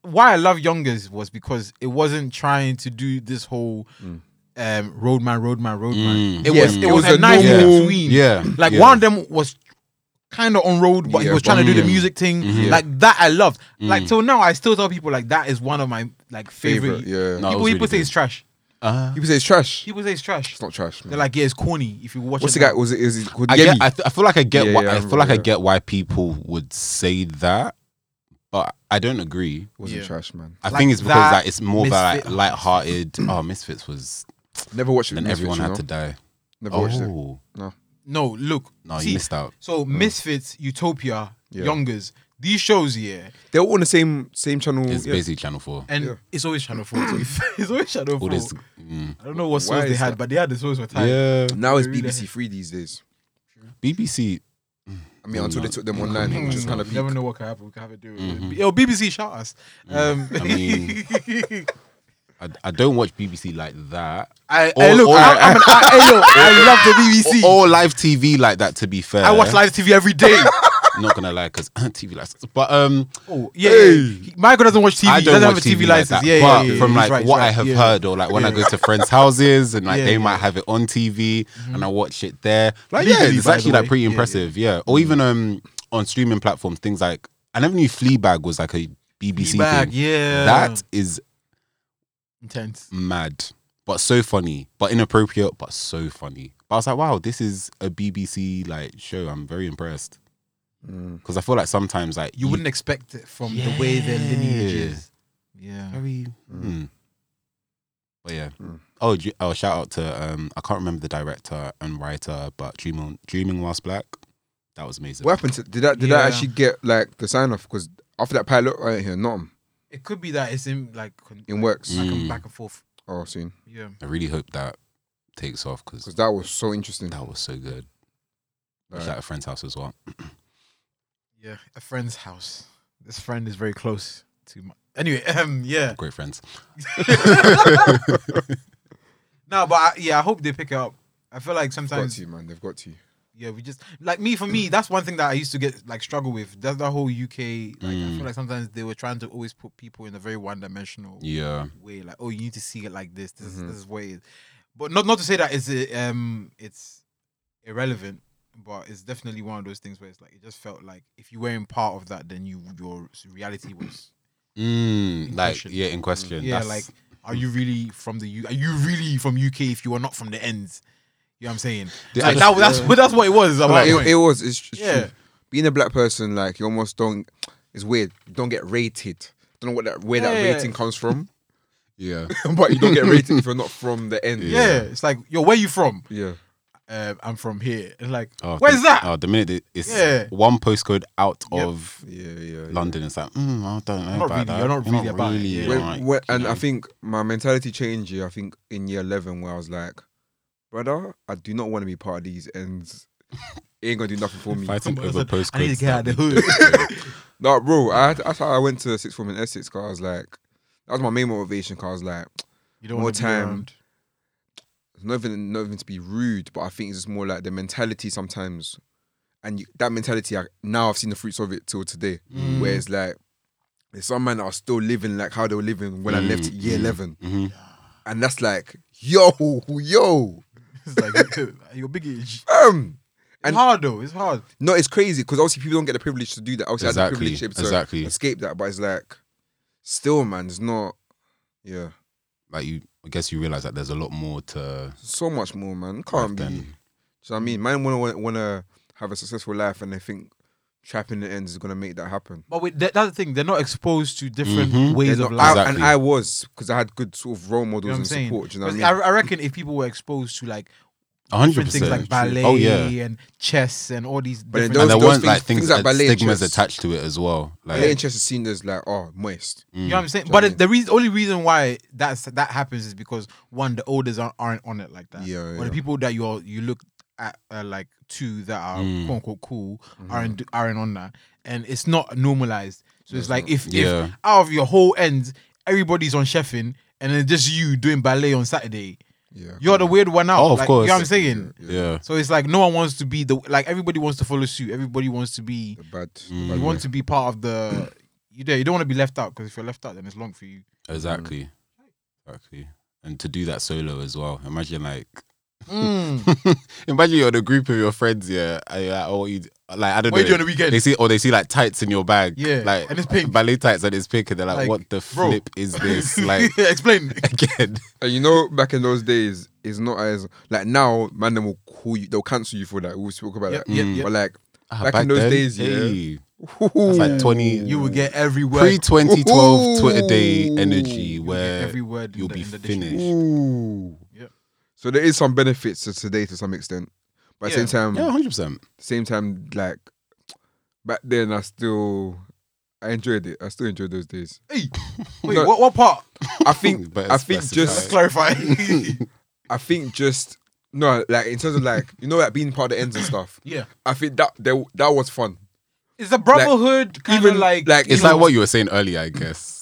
[SPEAKER 2] why I love youngers was because it wasn't trying to do this whole um, roadman, roadman, roadman.
[SPEAKER 1] Mm.
[SPEAKER 2] It
[SPEAKER 3] Yeah,
[SPEAKER 2] was,
[SPEAKER 3] it
[SPEAKER 2] it was,
[SPEAKER 3] was
[SPEAKER 2] a,
[SPEAKER 3] a
[SPEAKER 2] nice
[SPEAKER 1] normal-
[SPEAKER 2] in between.
[SPEAKER 1] Yeah,
[SPEAKER 2] like
[SPEAKER 1] yeah.
[SPEAKER 2] one of them was kind of on road, but
[SPEAKER 3] Yeah,
[SPEAKER 2] he was trying to do
[SPEAKER 3] but-
[SPEAKER 2] the music thing.
[SPEAKER 3] Mhm.
[SPEAKER 2] Like that, I loved. Like till now, I still tell people like that is one of my like favorite.
[SPEAKER 3] favorite. Yeah,
[SPEAKER 1] No. That
[SPEAKER 2] People,
[SPEAKER 1] was
[SPEAKER 2] people
[SPEAKER 1] really
[SPEAKER 2] say
[SPEAKER 1] good.
[SPEAKER 2] it's trash.
[SPEAKER 1] Uh,
[SPEAKER 3] people say it's trash.
[SPEAKER 2] People say it's trash.
[SPEAKER 3] It's not trash. Man.
[SPEAKER 2] They're like, yeah, it's corny. If you watch
[SPEAKER 3] what's
[SPEAKER 2] it
[SPEAKER 3] the guy?
[SPEAKER 2] now.
[SPEAKER 3] Was it? Is it called
[SPEAKER 1] I
[SPEAKER 3] Yemi?
[SPEAKER 1] get. I, th- I feel like I get
[SPEAKER 3] Yeah,
[SPEAKER 1] why.
[SPEAKER 3] yeah, I
[SPEAKER 1] I feel like I
[SPEAKER 3] remember,
[SPEAKER 1] get why people would say that, but I don't agree.
[SPEAKER 3] wasn't
[SPEAKER 2] Yeah.
[SPEAKER 3] trash, man.
[SPEAKER 1] I
[SPEAKER 2] Like
[SPEAKER 1] think it's because
[SPEAKER 2] that,
[SPEAKER 1] like, it's more about like,
[SPEAKER 2] Misfit-
[SPEAKER 1] light-hearted. oh, Misfits was,
[SPEAKER 3] Never watched it.
[SPEAKER 1] and
[SPEAKER 3] Misfits,
[SPEAKER 1] everyone
[SPEAKER 3] you
[SPEAKER 1] had
[SPEAKER 3] know?
[SPEAKER 1] to die.
[SPEAKER 3] Never watched it.
[SPEAKER 1] Oh
[SPEAKER 2] No, look.
[SPEAKER 1] no,
[SPEAKER 2] see,
[SPEAKER 1] you missed out.
[SPEAKER 2] So Misfits, Utopia,
[SPEAKER 3] Yeah.
[SPEAKER 2] Youngers, these shows here,
[SPEAKER 3] They're all on the same same channel.
[SPEAKER 1] It's
[SPEAKER 3] yeah.
[SPEAKER 1] basically Channel Four.
[SPEAKER 2] and
[SPEAKER 3] Yeah.
[SPEAKER 2] it's always Channel Four. to be fair. it's always Channel
[SPEAKER 1] All
[SPEAKER 2] Four.
[SPEAKER 1] this, mm.
[SPEAKER 2] I don't know what
[SPEAKER 3] Why
[SPEAKER 2] shows they
[SPEAKER 3] is
[SPEAKER 2] had,
[SPEAKER 3] that?
[SPEAKER 2] but they had the shows were tight.
[SPEAKER 1] yeah.
[SPEAKER 3] Now it's
[SPEAKER 2] Really?
[SPEAKER 3] BBC Three these days.
[SPEAKER 1] BBC.
[SPEAKER 3] I mean, until they took them
[SPEAKER 1] Mm,
[SPEAKER 3] online,
[SPEAKER 1] mm,
[SPEAKER 3] which is kind of
[SPEAKER 2] Hmm. never know what can happen. We can have it do. it. Yo, BBC, shout us. Um,
[SPEAKER 1] I mean- I, I don't watch BBC like that.
[SPEAKER 2] I,
[SPEAKER 1] All-
[SPEAKER 2] I look,
[SPEAKER 1] all-
[SPEAKER 2] I, I'm an- I- hey, look, I love the BBC.
[SPEAKER 1] Or live TV like that. To be fair,
[SPEAKER 2] I watch live TV every day.
[SPEAKER 1] Not gonna lie, because TV license. But um,
[SPEAKER 2] oh, yeah. yeah. He- Michael doesn't watch TV.
[SPEAKER 1] I
[SPEAKER 2] he
[SPEAKER 1] don't
[SPEAKER 2] doesn't
[SPEAKER 1] watch
[SPEAKER 2] have a TV,
[SPEAKER 1] TV like
[SPEAKER 2] license.
[SPEAKER 1] that.
[SPEAKER 2] yeah, yeah,
[SPEAKER 1] but
[SPEAKER 2] yeah,
[SPEAKER 1] from
[SPEAKER 2] he's
[SPEAKER 1] like
[SPEAKER 2] right, he's
[SPEAKER 1] what I
[SPEAKER 2] right,
[SPEAKER 1] have
[SPEAKER 2] yeah.
[SPEAKER 1] heard, or like when I
[SPEAKER 2] Yeah.
[SPEAKER 1] go to friends' houses and like
[SPEAKER 2] Yeah,
[SPEAKER 1] they
[SPEAKER 2] yeah. Mm-hmm.
[SPEAKER 1] might have it on TV and I watch it there. Like
[SPEAKER 2] Legally,
[SPEAKER 1] yeah, it's
[SPEAKER 2] by the
[SPEAKER 1] actually like
[SPEAKER 2] way.
[SPEAKER 1] pretty
[SPEAKER 2] Yeah, Mm. yeah.
[SPEAKER 1] impressive. Yeah, or even um on streaming platforms, things like I never knew Fleabag was like a BBC
[SPEAKER 2] Fleabag,
[SPEAKER 1] thing.
[SPEAKER 2] yeah.
[SPEAKER 1] That is
[SPEAKER 2] intense.
[SPEAKER 1] mad, but so funny, but inappropriate, but so funny. But I was like, wow, this is a BBC like show. I'm very impressed
[SPEAKER 3] Mm.
[SPEAKER 1] because I feel like sometimes like
[SPEAKER 2] You wouldn't expect it from the way their
[SPEAKER 1] Yeah.
[SPEAKER 2] lineage is. Yeah.
[SPEAKER 1] very.
[SPEAKER 3] Mm.
[SPEAKER 1] Mm. But yeah.
[SPEAKER 2] Hmm.
[SPEAKER 3] Mm.
[SPEAKER 1] Oh, ju- oh, shout out to um, I can't remember the director and writer, but Dreaming Dreaming Whilst Black, that was amazing.
[SPEAKER 3] What happened to did that? Did
[SPEAKER 2] Yeah.
[SPEAKER 3] that actually get like the sign off? Because after that pilot right here, Nottingham
[SPEAKER 2] It could be that it's in like con-
[SPEAKER 3] in works.
[SPEAKER 1] Mm.
[SPEAKER 2] like a back and forth.
[SPEAKER 3] Oh, soon
[SPEAKER 2] Yeah.
[SPEAKER 1] I really hope that takes off because
[SPEAKER 3] because that was so interesting.
[SPEAKER 1] that was so good. It was
[SPEAKER 3] Like,
[SPEAKER 1] at a friend's house as well.
[SPEAKER 2] Yeah. A friend's house. This friend is very close to my. Anyway, um, yeah.
[SPEAKER 1] Great friends.
[SPEAKER 2] No, but I, yeah, I hope they pick it up. I feel like
[SPEAKER 3] they've got
[SPEAKER 2] sometimes
[SPEAKER 3] to you, man. They've got to you.
[SPEAKER 2] yeah, we just like me for me. That's one thing that I used to get like struggle with. That's the whole UK. Like I feel like sometimes they were trying to always put people in a very one dimensional
[SPEAKER 1] Yeah,
[SPEAKER 2] way. Like oh, you need to see it like this. This is this is what it is. But not not to say that it's uh, um it's irrelevant, but it's definitely one of those things where it's like it just felt like if you weren't part of that, then you your reality was
[SPEAKER 1] mm, like
[SPEAKER 2] question.
[SPEAKER 1] yeah, in question.
[SPEAKER 2] yeah
[SPEAKER 1] That's-
[SPEAKER 2] like. Are you really from the U? Are you really from UK if you are not from the ends? You know what I'm saying?
[SPEAKER 1] Yeah, I
[SPEAKER 2] Like,
[SPEAKER 1] just-
[SPEAKER 2] that, that's that's what it was. at
[SPEAKER 3] Like,
[SPEAKER 2] that
[SPEAKER 3] it,
[SPEAKER 2] Oh, point.
[SPEAKER 3] it was. It's, tr- it's
[SPEAKER 2] Yeah.
[SPEAKER 3] true. Being a black person, like you almost don't. It's weird. You don't get rated. Don't know what that where that
[SPEAKER 2] Yeah.
[SPEAKER 3] rating comes from,
[SPEAKER 1] yeah.
[SPEAKER 3] but you don't get rated if you're not from the end.
[SPEAKER 2] Yeah. it's like, yo, where you from?
[SPEAKER 3] Yeah.
[SPEAKER 2] Um, I'm from here. It's like,
[SPEAKER 1] Oh,
[SPEAKER 2] where's
[SPEAKER 1] the-
[SPEAKER 2] that?
[SPEAKER 1] Oh, the minute it- it's
[SPEAKER 2] Yeah.
[SPEAKER 1] one postcode out of
[SPEAKER 3] Yeah. Yeah. yeah.
[SPEAKER 1] London, it's like mm, I don't know
[SPEAKER 2] Not
[SPEAKER 1] about
[SPEAKER 2] really,
[SPEAKER 1] that.
[SPEAKER 2] you're not really about it.
[SPEAKER 1] really,
[SPEAKER 2] Yeah.
[SPEAKER 3] When-
[SPEAKER 1] like,
[SPEAKER 3] when-
[SPEAKER 1] you
[SPEAKER 3] and
[SPEAKER 1] know.
[SPEAKER 3] I think my mentality changed. yeah, I think in year eleven, where I was like, "Brother, I do not want to be part of these ends. It ain't gonna do nothing for me."
[SPEAKER 1] fighting
[SPEAKER 2] Somebody
[SPEAKER 1] over
[SPEAKER 2] said,
[SPEAKER 1] postcodes.
[SPEAKER 2] I need to get out
[SPEAKER 1] that
[SPEAKER 2] of the hood.
[SPEAKER 3] No, bro. I had, that's how I went to sixth form in Essex. Cause I was like, that was my main motivation. Cause I was like,
[SPEAKER 2] you don't
[SPEAKER 3] More
[SPEAKER 2] want to be
[SPEAKER 3] time.
[SPEAKER 2] around.
[SPEAKER 3] it's not even not even to be rude, but I think it's just more like the mentality sometimes, and you, that mentality. I, now I've seen the fruits of it till today.
[SPEAKER 1] Mm.
[SPEAKER 3] Where it's like, there's some men that are still living like how they were living when I left year eleven,
[SPEAKER 1] Mhm.
[SPEAKER 3] and that's like, yo, yo,
[SPEAKER 2] It's like, your big age.
[SPEAKER 3] um.
[SPEAKER 2] It's hard though. It's hard.
[SPEAKER 3] No, it's crazy because obviously people don't get the privilege to do that. Obviously, I had the
[SPEAKER 1] Exactly,
[SPEAKER 3] privilege to
[SPEAKER 1] exactly.
[SPEAKER 3] escape that, but it's like, still, man, it's not. Yeah,
[SPEAKER 1] like you, I guess you realize that there's a lot more to
[SPEAKER 3] so much more, man.
[SPEAKER 1] life
[SPEAKER 3] Can't be. Do you
[SPEAKER 1] than
[SPEAKER 3] know what I mean? Man wanna wanna have a successful life and they think trapping the ends is gonna make that happen.
[SPEAKER 2] But wait, that, that's the thing. They're not exposed to different
[SPEAKER 1] Mhm.
[SPEAKER 2] ways
[SPEAKER 3] They're
[SPEAKER 2] of
[SPEAKER 3] not-
[SPEAKER 2] life.
[SPEAKER 3] I-
[SPEAKER 1] Exactly.
[SPEAKER 3] and I was because I had good sort of role models
[SPEAKER 2] you know what I'm
[SPEAKER 3] and
[SPEAKER 2] saying?
[SPEAKER 3] support. Do you know what I mean?
[SPEAKER 2] Because I, I reckon if people were exposed to like
[SPEAKER 1] a hundred
[SPEAKER 2] different things
[SPEAKER 1] percent.
[SPEAKER 2] like ballet
[SPEAKER 1] Oh yeah,
[SPEAKER 2] and chess and all these,
[SPEAKER 3] But then
[SPEAKER 2] different
[SPEAKER 1] and there
[SPEAKER 3] those
[SPEAKER 1] weren't like things,
[SPEAKER 3] things- things like
[SPEAKER 1] that
[SPEAKER 3] ballet and
[SPEAKER 1] stigmas
[SPEAKER 3] chess.
[SPEAKER 1] attached to it as well. Like, mm,
[SPEAKER 3] Their interest is seen as like, oh, moist.
[SPEAKER 2] You know what I'm saying?
[SPEAKER 3] Do you know
[SPEAKER 2] But
[SPEAKER 3] what I
[SPEAKER 2] the reason, only reason why that's that happens is because one, the olders aren't, aren't on it like that.
[SPEAKER 3] Yeah,
[SPEAKER 2] Or
[SPEAKER 3] yeah.
[SPEAKER 2] the people that you are you look at uh, like two that are
[SPEAKER 1] Mm.
[SPEAKER 2] quote unquote cool aren't aren't on that, and it's not normalized. So it's like if,
[SPEAKER 1] Yeah.
[SPEAKER 2] if out of your whole end, everybody's on chefing, and then just you doing ballet on Saturday,
[SPEAKER 3] Yeah.
[SPEAKER 2] you're the weird one out.
[SPEAKER 1] Oh, of
[SPEAKER 2] Like,
[SPEAKER 1] course.
[SPEAKER 2] You know what I'm saying?
[SPEAKER 1] yeah,
[SPEAKER 2] So it's like no one wants to be the like everybody wants to follow suit. Everybody wants to be.
[SPEAKER 3] The bad.
[SPEAKER 1] Mm.
[SPEAKER 3] the
[SPEAKER 2] You
[SPEAKER 3] bad
[SPEAKER 2] want to be part of the. You do. You don't want to be left out because if you're left out, then it's long for you.
[SPEAKER 1] exactly, exactly. And to do that solo as well. Imagine like
[SPEAKER 2] Mm.
[SPEAKER 1] Imagine you're in a group of your friends, yeah, and you're like, oh, you, like I don't
[SPEAKER 2] What you
[SPEAKER 1] know.
[SPEAKER 2] do on the weekend?
[SPEAKER 1] They see, or they see like tights in your bag,
[SPEAKER 2] Yeah,
[SPEAKER 1] like
[SPEAKER 2] and it's pink.
[SPEAKER 1] ballet tights, and it's pink, and they're like,
[SPEAKER 2] Like,
[SPEAKER 1] what the
[SPEAKER 2] bro.
[SPEAKER 1] flip is this? Like
[SPEAKER 2] explain.
[SPEAKER 1] again,
[SPEAKER 3] And you know, back in those days, it's not as like now, man. They will call you. They'll cancel you for that. We'll spoke about
[SPEAKER 2] Yep,
[SPEAKER 3] that.
[SPEAKER 2] yep, yep.
[SPEAKER 3] Mm. But like,
[SPEAKER 1] Ah,
[SPEAKER 3] Back in those days, yeah.
[SPEAKER 1] hey, that's like twenty,
[SPEAKER 2] You will get every word.
[SPEAKER 1] pre twenty twelve Twitter day
[SPEAKER 3] Ooh.
[SPEAKER 1] energy
[SPEAKER 3] You'll
[SPEAKER 2] You will get
[SPEAKER 1] where
[SPEAKER 2] every word. in
[SPEAKER 1] you'll
[SPEAKER 2] the-
[SPEAKER 1] be
[SPEAKER 2] in the dictionary.
[SPEAKER 1] finished.
[SPEAKER 3] ooh.
[SPEAKER 2] Yep.
[SPEAKER 3] So there is some benefits to today to some extent, but at the
[SPEAKER 2] Yeah.
[SPEAKER 3] same time,
[SPEAKER 1] Yeah, hundred percent.
[SPEAKER 3] same time, like back then, I still. I enjoyed it. I still enjoyed those days.
[SPEAKER 2] Hey, wait,
[SPEAKER 3] No.
[SPEAKER 2] what, what part?
[SPEAKER 3] I think.
[SPEAKER 1] Better
[SPEAKER 3] I think
[SPEAKER 1] specify.
[SPEAKER 3] just
[SPEAKER 2] Let's clarify.
[SPEAKER 3] I think just no, like in terms of like you know, like being part of the ends and stuff.
[SPEAKER 2] yeah,
[SPEAKER 3] I think that that, that was fun.
[SPEAKER 2] it's a brotherhood kind of
[SPEAKER 3] Even
[SPEAKER 2] like,
[SPEAKER 3] like,
[SPEAKER 1] It's
[SPEAKER 3] you know,
[SPEAKER 1] like what you were saying earlier, I guess.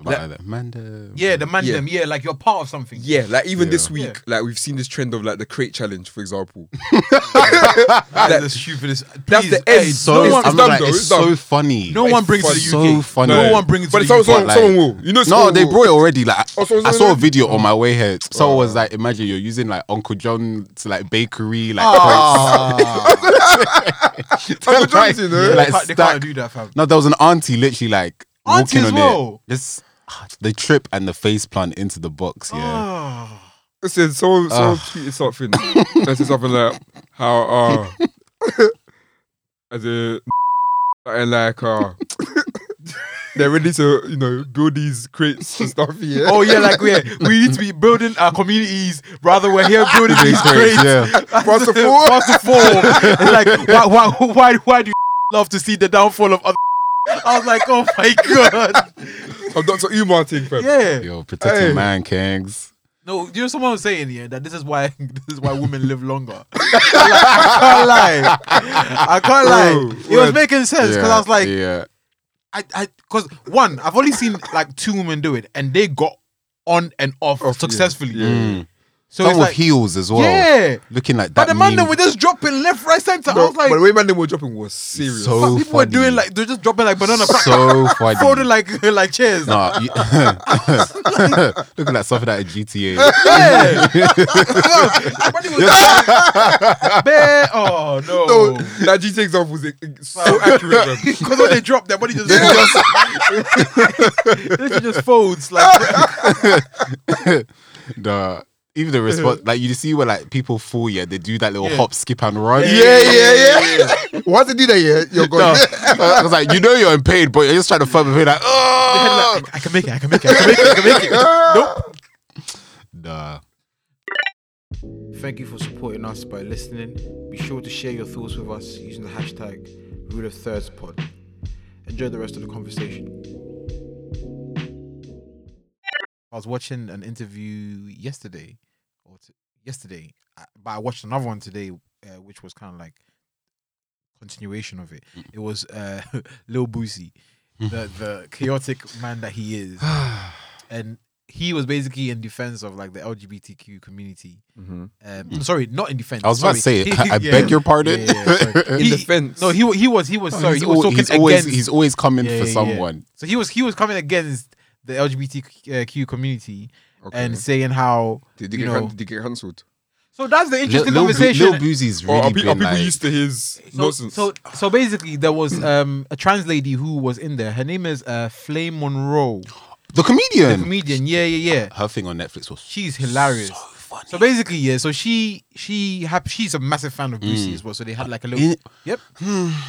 [SPEAKER 1] About
[SPEAKER 3] Like-
[SPEAKER 1] like, that. Manda.
[SPEAKER 2] yeah, the man
[SPEAKER 3] Yeah.
[SPEAKER 2] them, yeah, like you're part of something.
[SPEAKER 3] Yeah, like even
[SPEAKER 1] Yeah.
[SPEAKER 3] this
[SPEAKER 2] Yeah.
[SPEAKER 3] week, like we've seen this trend of like the crate challenge, for example.
[SPEAKER 2] that
[SPEAKER 3] that-
[SPEAKER 2] is the stupidest. Please,
[SPEAKER 3] That's the
[SPEAKER 2] hey,
[SPEAKER 3] end.
[SPEAKER 1] So
[SPEAKER 2] no one,
[SPEAKER 3] it's
[SPEAKER 1] I'm
[SPEAKER 3] dumb
[SPEAKER 1] like,
[SPEAKER 3] though,
[SPEAKER 1] it's
[SPEAKER 3] it's dumb.
[SPEAKER 1] so funny.
[SPEAKER 2] no one brings it to
[SPEAKER 1] It's
[SPEAKER 2] the
[SPEAKER 1] so
[SPEAKER 2] UK.
[SPEAKER 1] funny.
[SPEAKER 2] No one brings it
[SPEAKER 3] but
[SPEAKER 2] to
[SPEAKER 3] it's
[SPEAKER 2] the
[SPEAKER 3] someone,
[SPEAKER 2] UK.
[SPEAKER 3] someone,
[SPEAKER 1] like-
[SPEAKER 3] someone will. You know,
[SPEAKER 1] No,
[SPEAKER 3] someone
[SPEAKER 1] they
[SPEAKER 3] will.
[SPEAKER 1] brought it already. Like
[SPEAKER 3] Oh, so-
[SPEAKER 1] I
[SPEAKER 3] so-
[SPEAKER 1] saw a video on my way here. Someone was like, "Imagine you're using like Uncle John's like bakery like
[SPEAKER 2] Ah.
[SPEAKER 1] plates."
[SPEAKER 3] Uncle John's,
[SPEAKER 1] like,
[SPEAKER 3] you know?
[SPEAKER 1] like,
[SPEAKER 2] They
[SPEAKER 1] stack-
[SPEAKER 2] can't do that, fam.
[SPEAKER 1] No, there was an auntie literally like
[SPEAKER 2] Auntie
[SPEAKER 1] walking
[SPEAKER 2] as
[SPEAKER 1] on
[SPEAKER 2] well?
[SPEAKER 1] it. Just ah, the trip and the face plant into the box. Yeah,
[SPEAKER 2] Ah.
[SPEAKER 3] Listen, someone, someone
[SPEAKER 1] Ugh.
[SPEAKER 3] tweeted something. Let's say something like how uh as a and like uh they're ready to you know build these crates and stuff here.
[SPEAKER 2] Oh yeah, like yeah, we need to be building our communities. Rather, we're here building
[SPEAKER 1] Big
[SPEAKER 2] these
[SPEAKER 1] crates,
[SPEAKER 2] crates.
[SPEAKER 1] yeah.
[SPEAKER 3] First of all-
[SPEAKER 2] First of all, like why, why, why, why do you love to see the downfall of other? I was like, oh my god,
[SPEAKER 3] I'm Dr. Umar thing, fam.
[SPEAKER 2] yeah.
[SPEAKER 1] Yo, protecting
[SPEAKER 3] Hey.
[SPEAKER 1] man, Kangs.
[SPEAKER 2] No, you know, someone was saying yeah that this is why this is why women live longer. Like, I can't lie, I can't lie.
[SPEAKER 3] Bro,
[SPEAKER 2] It was
[SPEAKER 3] word.
[SPEAKER 2] making sense because I was like,
[SPEAKER 1] yeah,
[SPEAKER 2] I, I, because one, I've only seen like two women do it, and they got on and off,
[SPEAKER 3] Off, yeah.
[SPEAKER 2] successfully.
[SPEAKER 3] Yeah.
[SPEAKER 1] Mm.
[SPEAKER 2] So
[SPEAKER 1] some
[SPEAKER 2] it's
[SPEAKER 1] with
[SPEAKER 2] like,
[SPEAKER 1] heels as well.
[SPEAKER 2] yeah.
[SPEAKER 1] looking like that.
[SPEAKER 2] But the man
[SPEAKER 1] meme.
[SPEAKER 2] that were just dropping left, right, center. I
[SPEAKER 3] No,
[SPEAKER 2] was like,
[SPEAKER 3] but the way man they were dropping was serious.
[SPEAKER 1] So-
[SPEAKER 2] fuck, people were
[SPEAKER 1] funny.
[SPEAKER 2] doing like they're just dropping like banana,
[SPEAKER 1] so funny.
[SPEAKER 2] folding like like chairs.
[SPEAKER 1] Nah, you, looking like something out of GTA.
[SPEAKER 2] Yeah, Everybody was like, "Bear- oh
[SPEAKER 3] no,
[SPEAKER 2] no,
[SPEAKER 3] that GT example was like, so accurate. man.
[SPEAKER 2] because when they drop, their body just literally just folds like
[SPEAKER 1] the even the response like you see where like people fall yeah they do that little
[SPEAKER 2] Yeah.
[SPEAKER 1] hop skip and run
[SPEAKER 3] yeah, yeah, yeah. Once they do that, yeah,
[SPEAKER 1] No.
[SPEAKER 3] you're gone.
[SPEAKER 1] I was like you know you're in pain but you're just trying to fuck with me like oh
[SPEAKER 2] I can make it, I can make it, I can make it, I can make it. Nope.
[SPEAKER 1] nah
[SPEAKER 4] Thank you for supporting us by listening. Be sure to share your thoughts with us using the hashtag Rule of Thirds Pod. Enjoy the rest of the conversation.
[SPEAKER 2] I was watching an interview yesterday, or t- yesterday, I- but I watched another one today, uh, which was kind of like continuation of it. It was uh, Lil Boosie, the the chaotic man that he is, and he was basically in defense of like the LGBTQ community. Um, Sorry, not in defense.
[SPEAKER 1] Hmm. I was about to say
[SPEAKER 2] sorry.
[SPEAKER 1] it. I I
[SPEAKER 2] Yeah.
[SPEAKER 1] beg your pardon Oh,
[SPEAKER 2] Yeah, yeah, yeah, sorry.
[SPEAKER 3] In
[SPEAKER 2] He-
[SPEAKER 3] defense.
[SPEAKER 2] No, he wa- he was he was sorry.
[SPEAKER 1] he's,
[SPEAKER 2] he was
[SPEAKER 1] al-
[SPEAKER 2] talking
[SPEAKER 1] he's always
[SPEAKER 2] against-
[SPEAKER 1] he's always coming
[SPEAKER 2] Yeah,
[SPEAKER 1] for
[SPEAKER 2] yeah, yeah.
[SPEAKER 1] someone
[SPEAKER 2] so he was he was coming against the LGBTQ uh, community
[SPEAKER 3] Okay.
[SPEAKER 2] and saying how
[SPEAKER 3] Did they
[SPEAKER 2] you
[SPEAKER 3] get,
[SPEAKER 2] know-
[SPEAKER 3] can- did they get cancelled?
[SPEAKER 2] So that's the
[SPEAKER 1] Lil,
[SPEAKER 2] interesting
[SPEAKER 1] Lil, Bo-
[SPEAKER 2] conversation. Oh,
[SPEAKER 1] Lil Boozy's really
[SPEAKER 3] or are, pe- are
[SPEAKER 1] been
[SPEAKER 3] people
[SPEAKER 1] like
[SPEAKER 3] used to his
[SPEAKER 2] so,
[SPEAKER 3] nonsense?
[SPEAKER 2] so so basically, there was um a trans lady who was in there. Her name is uh, Flame Monroe.
[SPEAKER 1] The comedian.
[SPEAKER 2] The comedian, yeah, yeah, yeah.
[SPEAKER 1] Her thing on Netflix was
[SPEAKER 2] She's hilarious.
[SPEAKER 1] so
[SPEAKER 2] So,
[SPEAKER 1] funny.
[SPEAKER 2] basically, yeah. So she she hap- she's a massive fan of Brucey as well. So they had like a little
[SPEAKER 1] Mm. In-
[SPEAKER 2] yep.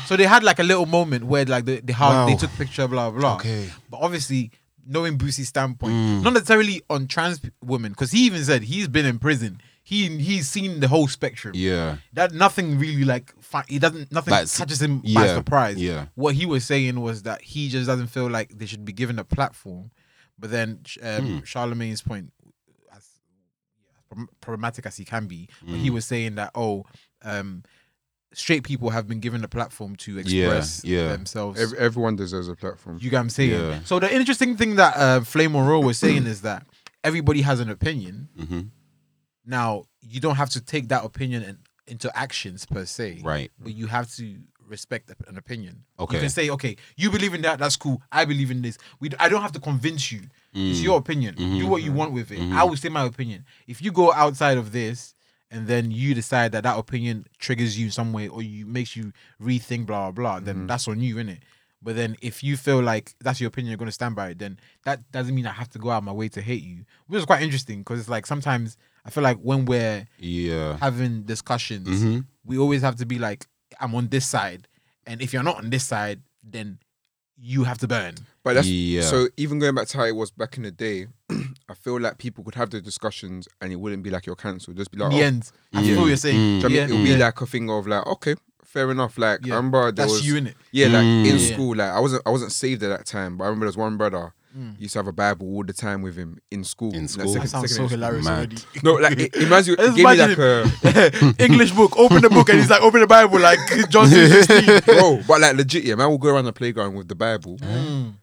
[SPEAKER 2] so they had like a little moment where like the, the how they
[SPEAKER 1] Wow.
[SPEAKER 2] took picture blah blah.
[SPEAKER 1] Okay. Mm.
[SPEAKER 2] But obviously, knowing Brucey's standpoint, not necessarily on trans p- women, because he even said he's been in prison. He he's seen the whole spectrum.
[SPEAKER 1] yeah,
[SPEAKER 2] That nothing really like fi- he doesn't nothing
[SPEAKER 1] That's-
[SPEAKER 2] catches him by
[SPEAKER 1] yeah,
[SPEAKER 2] surprise.
[SPEAKER 1] yeah.
[SPEAKER 2] What he was saying was that he just doesn't feel like they should be given a platform. But then sh-
[SPEAKER 1] Hmm.
[SPEAKER 2] um, Charlemagne's point, as prob- problematic as he can be, but
[SPEAKER 1] Hmm.
[SPEAKER 2] he was saying that oh, um, straight people have been given a platform to express
[SPEAKER 1] yeah.
[SPEAKER 2] themselves.
[SPEAKER 3] Ev- everyone deserves a platform.
[SPEAKER 2] You get what I'm saying?
[SPEAKER 1] Yeah.
[SPEAKER 2] So the interesting thing that uh, Flame Monroe was saying is that everybody has an opinion.
[SPEAKER 1] Mhm.
[SPEAKER 2] Now you don't have to take that opinion and into actions per se,
[SPEAKER 1] right.
[SPEAKER 2] But you have to respect an opinion.
[SPEAKER 1] Okay.
[SPEAKER 2] You can say, okay, you believe in that. That's cool. I believe in this. We. d- I don't have to convince you. It's your opinion. Do what you want with it. I will say my opinion. If you go outside of this. And then you decide that that opinion triggers you in some way, or you makes you rethink blah blah. blah then that's on you, innit? But then if you feel like that's your opinion, you're gonna stand by it, then that doesn't mean I have to go out of my way to hate you. Which is quite interesting because it's like sometimes I feel like when we're
[SPEAKER 1] Yeah.
[SPEAKER 2] having discussions,
[SPEAKER 1] Mhm.
[SPEAKER 2] we always have to be like, I'm on this side. And if you're not on this side, then you have to burn.
[SPEAKER 3] But that's
[SPEAKER 1] Yeah.
[SPEAKER 3] so even going back to how it was back in the day, I feel like people could have the discussions and it wouldn't be like you're cancelled. Just be like,
[SPEAKER 2] the
[SPEAKER 3] oh,
[SPEAKER 2] end. I
[SPEAKER 1] Yeah.
[SPEAKER 2] feel what you're saying.
[SPEAKER 1] Mm.
[SPEAKER 3] do you know what I mean?
[SPEAKER 2] Yeah.
[SPEAKER 3] it'll be
[SPEAKER 2] Yeah.
[SPEAKER 3] like a thing of like, okay, fair enough. Like
[SPEAKER 2] Yeah.
[SPEAKER 3] I remember there
[SPEAKER 2] That's
[SPEAKER 3] was
[SPEAKER 2] you in it.
[SPEAKER 3] Yeah, like in
[SPEAKER 2] Mm.
[SPEAKER 3] school, like I wasn't I wasn't saved at that time, but I remember there was one brother he used to have a Bible all the time with him in school.
[SPEAKER 1] In
[SPEAKER 3] like,
[SPEAKER 1] school?
[SPEAKER 3] second-
[SPEAKER 2] Mm. That sounds so
[SPEAKER 3] secondary
[SPEAKER 2] hilarious
[SPEAKER 1] Mad.
[SPEAKER 2] already.
[SPEAKER 3] school. No, like i- imagine it
[SPEAKER 2] Just
[SPEAKER 3] gave me like a
[SPEAKER 2] imagine it. English book, open the book, and he's like, open the Bible, like John 16.
[SPEAKER 3] bro, but like legit, yeah, man will go around the playground with the Bible
[SPEAKER 2] Mm.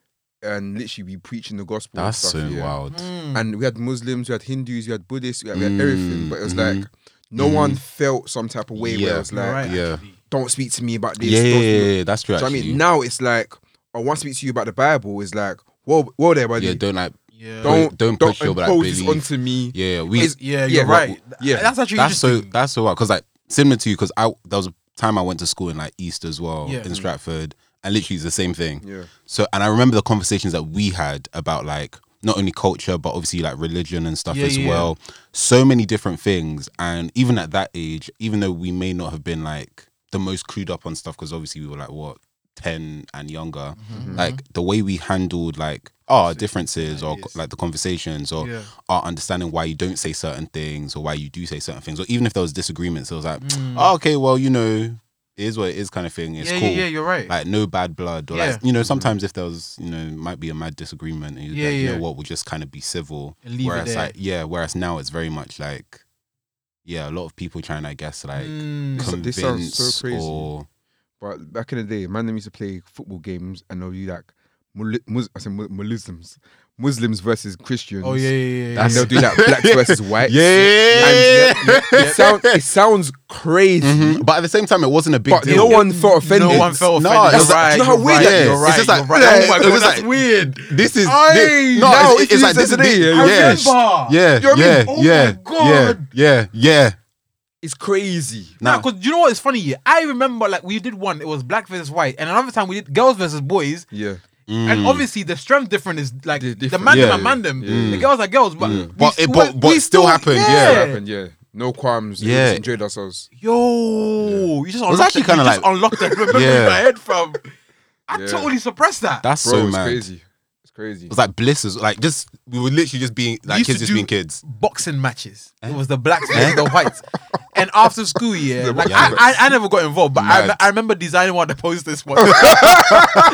[SPEAKER 3] and literally be preaching the gospel. and
[SPEAKER 1] That's
[SPEAKER 3] stuff,
[SPEAKER 1] so
[SPEAKER 3] yeah.
[SPEAKER 1] wild.
[SPEAKER 2] Mm.
[SPEAKER 3] and we had Muslims, we had Hindus, we had Buddhists, we had, we had everything. But it was like no one felt some type of way where
[SPEAKER 1] Mm. Mm-hmm. Yeah.
[SPEAKER 3] it was like,
[SPEAKER 2] Right.
[SPEAKER 1] Yeah.
[SPEAKER 3] don't speak to me about this.
[SPEAKER 1] Yeah,
[SPEAKER 3] don't
[SPEAKER 1] yeah,
[SPEAKER 3] speak-
[SPEAKER 1] yeah, yeah, that's true.
[SPEAKER 3] Do you know what I
[SPEAKER 1] actually.
[SPEAKER 3] mean, now it's like I want to speak to you about the Bible. It's like, whoa, whoa there, buddy.
[SPEAKER 1] yeah, don't like,
[SPEAKER 2] Yeah.
[SPEAKER 3] don't
[SPEAKER 1] don't push your black
[SPEAKER 3] impose this
[SPEAKER 1] belief.
[SPEAKER 3] onto me.
[SPEAKER 1] yeah, we.
[SPEAKER 3] It's-
[SPEAKER 2] Yeah,
[SPEAKER 3] Yeah,
[SPEAKER 2] you're
[SPEAKER 3] but-
[SPEAKER 2] right.
[SPEAKER 3] yeah.
[SPEAKER 2] That's actually
[SPEAKER 1] that's so
[SPEAKER 2] interesting.
[SPEAKER 1] that's so wild because like similar to you because I there was a time I went to school in like East as well
[SPEAKER 2] Yeah. Mm.
[SPEAKER 1] in Stratford and literally it's the same thing.
[SPEAKER 3] Yeah.
[SPEAKER 1] So and I remember the conversations that we had about like not only culture but obviously like religion and stuff
[SPEAKER 2] Yeah,
[SPEAKER 1] as
[SPEAKER 2] yeah, yeah.
[SPEAKER 1] well. So many different things and even at that age, even though we may not have been like the most clued up on stuff because obviously we were like what ten and younger,
[SPEAKER 2] Mm-hmm.
[SPEAKER 1] like the way we handled like our differences or
[SPEAKER 2] ideas.
[SPEAKER 1] like the conversations or
[SPEAKER 2] Yeah.
[SPEAKER 3] oh,
[SPEAKER 1] are understanding why you don't say certain things or why you do say certain things or even if there was disagreements it was like
[SPEAKER 2] Mm-hmm.
[SPEAKER 1] "Oh, okay well you know it is what it is kind of thing it's
[SPEAKER 2] Mm. yeah,
[SPEAKER 1] cool
[SPEAKER 2] yeah, yeah, you're right.
[SPEAKER 1] like no bad blood or like
[SPEAKER 2] Yeah.
[SPEAKER 1] you know sometimes if there was you know might be a mad disagreement and you'd be
[SPEAKER 2] Yeah,
[SPEAKER 1] like, you
[SPEAKER 2] yeah.
[SPEAKER 1] know what we'll just kind of be civil
[SPEAKER 2] And leave it
[SPEAKER 1] whereas
[SPEAKER 2] there.
[SPEAKER 1] like yeah whereas now it's very much like yeah a lot of people trying I guess like
[SPEAKER 2] Mm.
[SPEAKER 3] This-
[SPEAKER 1] convince
[SPEAKER 3] this sounds so crazy.
[SPEAKER 1] or
[SPEAKER 3] But back in the day, man, them used to play football games and they'll be like, Mul- Mus- I said Mul- Muslims, Muslims versus Christians.
[SPEAKER 2] Oh yeah, yeah, yeah.
[SPEAKER 3] and
[SPEAKER 2] yeah.
[SPEAKER 3] they'll do like blacks versus whites.
[SPEAKER 1] yeah,
[SPEAKER 3] And it- it, sound, it sounds crazy,
[SPEAKER 1] Mhm. but at the same time it wasn't a big
[SPEAKER 3] but
[SPEAKER 1] deal
[SPEAKER 3] no one felt offended.
[SPEAKER 2] No one felt
[SPEAKER 1] No,
[SPEAKER 2] offended.
[SPEAKER 1] that's-
[SPEAKER 2] You're right,
[SPEAKER 3] you know how
[SPEAKER 2] you're
[SPEAKER 3] weird
[SPEAKER 2] right,
[SPEAKER 3] that is?
[SPEAKER 2] You're right.
[SPEAKER 1] It's just like,
[SPEAKER 2] you're right.
[SPEAKER 1] yeah,
[SPEAKER 2] Oh my
[SPEAKER 1] it
[SPEAKER 2] god,
[SPEAKER 1] was
[SPEAKER 2] that's
[SPEAKER 1] like-
[SPEAKER 2] weird.
[SPEAKER 1] this is
[SPEAKER 2] Aye,
[SPEAKER 1] thi- no,
[SPEAKER 3] now
[SPEAKER 1] it's-
[SPEAKER 3] it
[SPEAKER 1] it's,
[SPEAKER 3] is
[SPEAKER 1] like this is
[SPEAKER 3] today,
[SPEAKER 1] big-
[SPEAKER 3] yeah,
[SPEAKER 1] yeah,
[SPEAKER 2] I remember.
[SPEAKER 1] yeah,
[SPEAKER 3] You know what I
[SPEAKER 1] yeah,
[SPEAKER 2] mean? Oh
[SPEAKER 1] yeah,
[SPEAKER 2] my God.
[SPEAKER 1] yeah, yeah, yeah.
[SPEAKER 3] It's crazy.
[SPEAKER 2] Nah,
[SPEAKER 1] Nah,
[SPEAKER 2] because you know what is funny? Yeah, I remember like we did one. It was black versus white, and another time we did girls versus boys.
[SPEAKER 3] Yeah.
[SPEAKER 2] And
[SPEAKER 1] Mm.
[SPEAKER 2] obviously the strength difference is like
[SPEAKER 3] They're
[SPEAKER 2] the
[SPEAKER 3] different.
[SPEAKER 2] man
[SPEAKER 1] Hmm. Yeah. Hmm.
[SPEAKER 2] them and man them. The girls are girls, but we
[SPEAKER 1] But
[SPEAKER 2] still-
[SPEAKER 1] it- but- but
[SPEAKER 2] we
[SPEAKER 1] still happened,
[SPEAKER 3] That
[SPEAKER 1] Yeah.
[SPEAKER 3] happened, yeah. No qualms. Yeah. We
[SPEAKER 1] Yeah.
[SPEAKER 3] just enjoyed ourselves.
[SPEAKER 2] Yo, you just
[SPEAKER 1] was
[SPEAKER 2] unlocked
[SPEAKER 1] actually
[SPEAKER 2] it, you
[SPEAKER 1] kinda
[SPEAKER 2] just
[SPEAKER 1] like-
[SPEAKER 2] unlocked that memory in
[SPEAKER 1] Yeah.
[SPEAKER 2] my head from. I
[SPEAKER 3] Yeah.
[SPEAKER 2] totally suppressed that.
[SPEAKER 1] that's
[SPEAKER 3] Bro,
[SPEAKER 1] so
[SPEAKER 3] it's
[SPEAKER 1] mad.
[SPEAKER 3] crazy. It's crazy.
[SPEAKER 1] It was like bliss is like just we were literally just being like
[SPEAKER 2] used to
[SPEAKER 1] kids just
[SPEAKER 2] do-
[SPEAKER 1] being kids.
[SPEAKER 2] boxing matches.
[SPEAKER 1] Eh?
[SPEAKER 2] It was the blacks and the whites. And after school, yeah, like,
[SPEAKER 1] Yeah.
[SPEAKER 2] I, I, I never got involved, but I,
[SPEAKER 1] Mad.
[SPEAKER 2] I remember designing one of the posters was.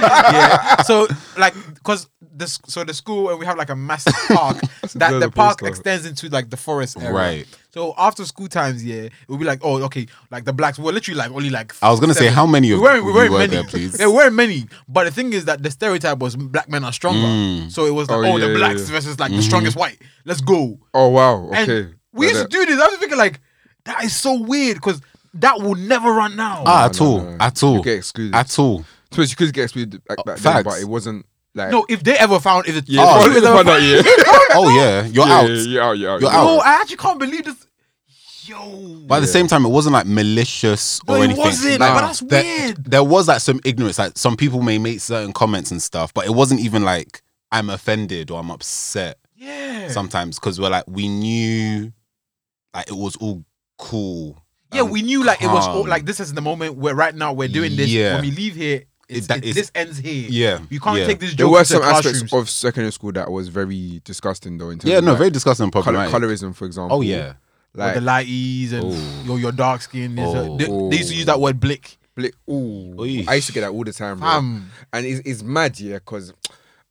[SPEAKER 2] yeah. So like, cause this, so the school and we have like a massive park that the
[SPEAKER 3] another
[SPEAKER 2] park
[SPEAKER 3] poster.
[SPEAKER 2] extends into like the forest area.
[SPEAKER 1] Right.
[SPEAKER 2] So after school times, yeah, it would be like, oh, okay, like the blacks were literally like only like.
[SPEAKER 1] I was gonna say
[SPEAKER 2] seven.
[SPEAKER 1] how many of
[SPEAKER 2] We weren't, we
[SPEAKER 1] you
[SPEAKER 2] weren't
[SPEAKER 1] were
[SPEAKER 2] many.
[SPEAKER 1] there, please.
[SPEAKER 2] Yeah, we weren't many. But the thing is that the stereotype was black men are stronger.
[SPEAKER 1] Mm.
[SPEAKER 2] So it was like,
[SPEAKER 3] Oh,
[SPEAKER 2] oh,
[SPEAKER 3] yeah,
[SPEAKER 2] the
[SPEAKER 3] yeah,
[SPEAKER 2] blacks
[SPEAKER 3] yeah.
[SPEAKER 2] versus
[SPEAKER 1] Mm-hmm.
[SPEAKER 2] like the strongest white. Let's go.
[SPEAKER 3] oh, wow.
[SPEAKER 2] And
[SPEAKER 3] Okay.
[SPEAKER 2] we
[SPEAKER 3] Like
[SPEAKER 2] used
[SPEAKER 3] that.
[SPEAKER 2] to do this. I was thinking like, that is so weird because that will never run out.
[SPEAKER 1] ah, at
[SPEAKER 3] no,
[SPEAKER 1] all,
[SPEAKER 3] no.
[SPEAKER 1] at all,
[SPEAKER 3] You get excluded.
[SPEAKER 1] at all.
[SPEAKER 3] Suppose you could get excluded back, back then,
[SPEAKER 1] facts.
[SPEAKER 3] but it wasn't like.
[SPEAKER 2] no, if they ever found, if it,
[SPEAKER 3] Yeah,
[SPEAKER 1] Oh,
[SPEAKER 3] oh,
[SPEAKER 1] you
[SPEAKER 3] it's
[SPEAKER 2] never
[SPEAKER 3] fun out, yeah. yeah,
[SPEAKER 1] Oh yeah, you're out.
[SPEAKER 3] yeah, you're out, you're out.
[SPEAKER 1] You're
[SPEAKER 3] yeah.
[SPEAKER 1] out.
[SPEAKER 2] yo, I actually can't believe this. Yo,
[SPEAKER 1] But at the same time, it wasn't like malicious
[SPEAKER 2] No,
[SPEAKER 1] or
[SPEAKER 2] it
[SPEAKER 1] anything.
[SPEAKER 2] wasn't,
[SPEAKER 1] Like,
[SPEAKER 2] but that's
[SPEAKER 1] there,
[SPEAKER 2] weird.
[SPEAKER 1] There was like some ignorance. Like some people may make certain comments and stuff, but it wasn't even like I'm offended or I'm upset
[SPEAKER 2] Yeah.
[SPEAKER 1] sometimes because we're like we knew like it was all cool. Um,
[SPEAKER 2] yeah,
[SPEAKER 1] and
[SPEAKER 2] we knew like it was all,
[SPEAKER 1] calm.
[SPEAKER 2] like this is the moment where right now we're doing this.
[SPEAKER 1] Yeah.
[SPEAKER 2] When we leave here, it's,
[SPEAKER 1] that
[SPEAKER 2] it's-
[SPEAKER 1] is-
[SPEAKER 2] this ends here.
[SPEAKER 1] yeah.
[SPEAKER 2] You can't
[SPEAKER 1] yeah.
[SPEAKER 2] take this joke.
[SPEAKER 3] There were
[SPEAKER 2] to
[SPEAKER 3] some
[SPEAKER 2] classrooms.
[SPEAKER 3] aspects of secondary school that was very disgusting though in terms
[SPEAKER 1] Yeah,
[SPEAKER 3] of
[SPEAKER 1] no,
[SPEAKER 3] like,
[SPEAKER 1] very disgusting and
[SPEAKER 3] color,
[SPEAKER 1] problematic.
[SPEAKER 3] colorism for example.
[SPEAKER 1] oh yeah,
[SPEAKER 2] With
[SPEAKER 3] Like
[SPEAKER 2] the lighties and
[SPEAKER 1] Oh.
[SPEAKER 2] your your dark skin. there's a-
[SPEAKER 1] Oh.
[SPEAKER 2] they, they used to use that word blick. Um,
[SPEAKER 3] Bli- ooh,
[SPEAKER 1] Oy.
[SPEAKER 3] I used to get that all the time, bro.
[SPEAKER 2] Fam.
[SPEAKER 3] and it's, it's mad, yeah, because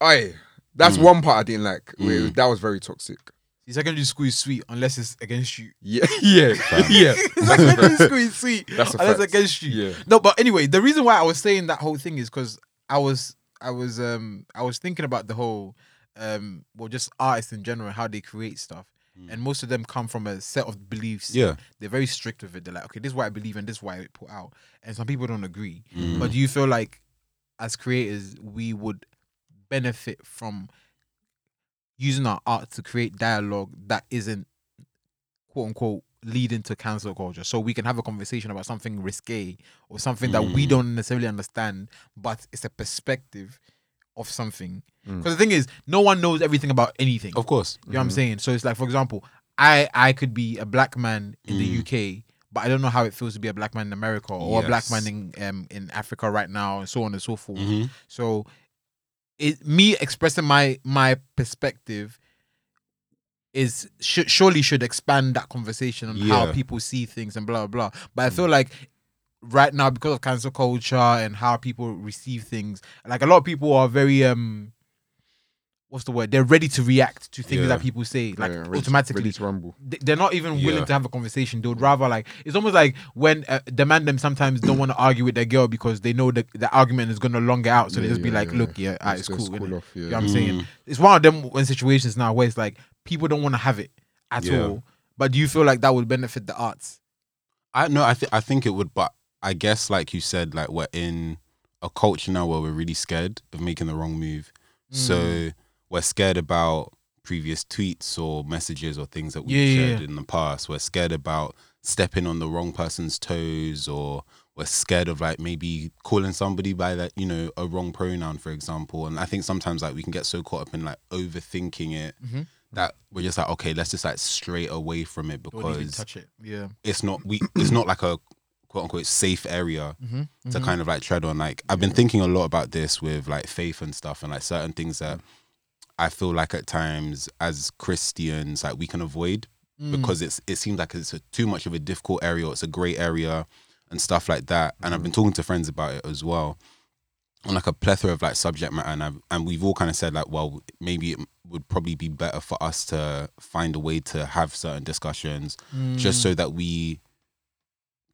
[SPEAKER 3] I that's one part I didn't like. Wait, that was very toxic.
[SPEAKER 2] See, secondary school is sweet unless it's against you.
[SPEAKER 3] Yeah, yeah, yeah.
[SPEAKER 2] secondary school is sweet
[SPEAKER 3] That's a
[SPEAKER 2] unless
[SPEAKER 3] fact.
[SPEAKER 2] against you.
[SPEAKER 3] Yeah.
[SPEAKER 2] No, but anyway, the reason why I was saying that whole thing is because I was I was um I was thinking about the whole um well just artists in general how they create stuff.
[SPEAKER 3] Hmm.
[SPEAKER 2] And most of them come from a set of beliefs.
[SPEAKER 1] Yeah.
[SPEAKER 2] They're very strict with it. They're like, okay, this is what I believe and this is what I put out. And some people don't agree.
[SPEAKER 1] Mm.
[SPEAKER 2] But do you feel like as creators we would benefit from using our art to create dialogue that isn't quote unquote leading to cancel culture so we can have a conversation about something risque or something that we don't necessarily understand but it's a perspective of something because the thing is no one knows everything about anything
[SPEAKER 1] of course.
[SPEAKER 2] you know what i'm saying so it's like for example i i could be a black man in the uk but i don't know how it feels to be a black man in america or a black
[SPEAKER 1] Yes.
[SPEAKER 2] man in um, in africa right now and so on and so forth
[SPEAKER 1] hmm
[SPEAKER 2] so it me expressing my my perspective is should surely should expand that conversation on how
[SPEAKER 1] Yeah.
[SPEAKER 2] people see things and blah blah blah.
[SPEAKER 3] Hmm.
[SPEAKER 2] But I feel like right now because of cancel culture and how people receive things, like a lot of people are very um what's the word? They're ready to react to things
[SPEAKER 1] Yeah.
[SPEAKER 2] that people say like
[SPEAKER 3] Yeah, ready-
[SPEAKER 2] automatically
[SPEAKER 3] ready to rumble.
[SPEAKER 2] they- they're not even willing
[SPEAKER 1] Yeah.
[SPEAKER 2] to have a conversation. They would rather like it's almost like when uh, the man them sometimes don't want to argue with their girl because they know the the argument is gonna longer out, so they
[SPEAKER 3] Yeah,
[SPEAKER 2] just be
[SPEAKER 3] yeah,
[SPEAKER 2] like,
[SPEAKER 3] yeah.
[SPEAKER 2] look, yeah, ah,
[SPEAKER 3] Let's
[SPEAKER 2] it's
[SPEAKER 3] just
[SPEAKER 2] cool.
[SPEAKER 3] cool
[SPEAKER 2] innit?
[SPEAKER 3] off, yeah. Mm.
[SPEAKER 2] You know what I'm
[SPEAKER 1] Mm.
[SPEAKER 2] saying? It's one of them when situations now where it's like people don't want to have it at
[SPEAKER 1] Yeah.
[SPEAKER 2] all. But do you feel like that would benefit the arts?
[SPEAKER 1] I no, I think I think it would, but I guess like you said, like we're in a culture now where we're really scared of making the wrong move.
[SPEAKER 2] Hmm.
[SPEAKER 1] So we're scared about previous tweets or messages or things that we've
[SPEAKER 2] Yeah, yeah,
[SPEAKER 1] shared in the past. We're scared about stepping on the wrong person's toes or we're scared of like maybe calling somebody by that, you know, a wrong pronoun, for example. And I think sometimes like we can get so caught up in like overthinking it
[SPEAKER 2] Mhm.
[SPEAKER 1] that we're just like, okay, let's just like straight away from it
[SPEAKER 2] Don't even
[SPEAKER 1] because
[SPEAKER 2] touch it. Yeah.
[SPEAKER 1] it's not we it's not like a quote unquote safe area
[SPEAKER 2] Mm-hmm.
[SPEAKER 1] to kind of like tread on like i've been thinking a lot about this with like faith and stuff and like certain things that i feel like at times as christians like we can avoid
[SPEAKER 3] Mm.
[SPEAKER 1] because it's it seems like it's a, too much of a difficult area or it's a gray area and stuff like that and
[SPEAKER 3] Mm.
[SPEAKER 1] i've been talking to friends about it as well on like a plethora of like subject matter and, I've, and we've all kind of said like well maybe it would probably be better for us to find a way to have certain discussions just
[SPEAKER 3] Mm.
[SPEAKER 1] so that we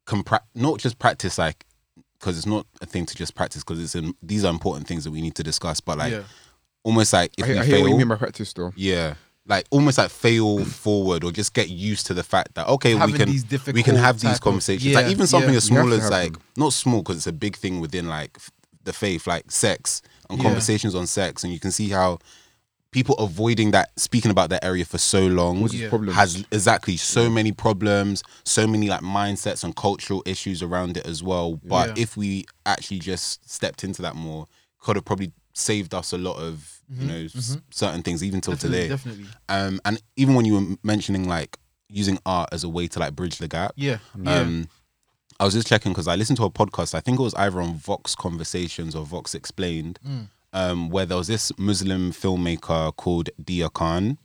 [SPEAKER 1] can pra- not just practice like because it's not a thing to just practice because it's in, these are important things that we need to discuss but like
[SPEAKER 2] yeah.
[SPEAKER 1] almost like if
[SPEAKER 3] I,
[SPEAKER 1] we
[SPEAKER 3] I hear
[SPEAKER 1] fail
[SPEAKER 3] what you mean by practice though.
[SPEAKER 1] yeah like almost like fail forward or just get used to the fact that okay
[SPEAKER 2] Having
[SPEAKER 1] we can
[SPEAKER 2] these
[SPEAKER 1] we can
[SPEAKER 2] difficult
[SPEAKER 1] have these
[SPEAKER 2] type of-
[SPEAKER 1] conversations like
[SPEAKER 2] yeah,
[SPEAKER 1] even something
[SPEAKER 2] yeah.
[SPEAKER 1] as
[SPEAKER 3] You have
[SPEAKER 1] small as
[SPEAKER 3] to have
[SPEAKER 1] like
[SPEAKER 3] them.
[SPEAKER 1] not small because it's a big thing within like f- the faith like sex and
[SPEAKER 2] Yeah.
[SPEAKER 1] conversations on sex and you can see how people avoiding that speaking about that area for so long
[SPEAKER 3] What's his
[SPEAKER 2] Yeah.
[SPEAKER 3] problem?
[SPEAKER 1] has exactly so many problems, so many like mindsets and cultural issues around it as well. But
[SPEAKER 2] Yeah.
[SPEAKER 1] if we actually just stepped into that more, could have probably saved us a lot of you know s- certain things even till
[SPEAKER 2] Mm-hmm. Definitely,
[SPEAKER 1] today.
[SPEAKER 2] definitely.
[SPEAKER 1] Um, and even when you were mentioning like using art as a way to like bridge the gap,
[SPEAKER 2] Yeah. Yeah.
[SPEAKER 1] um, I was just checking because I listened to a podcast. I think it was either on Vox Conversations or Vox Explained, um, where there was this Muslim filmmaker called Dia Khan,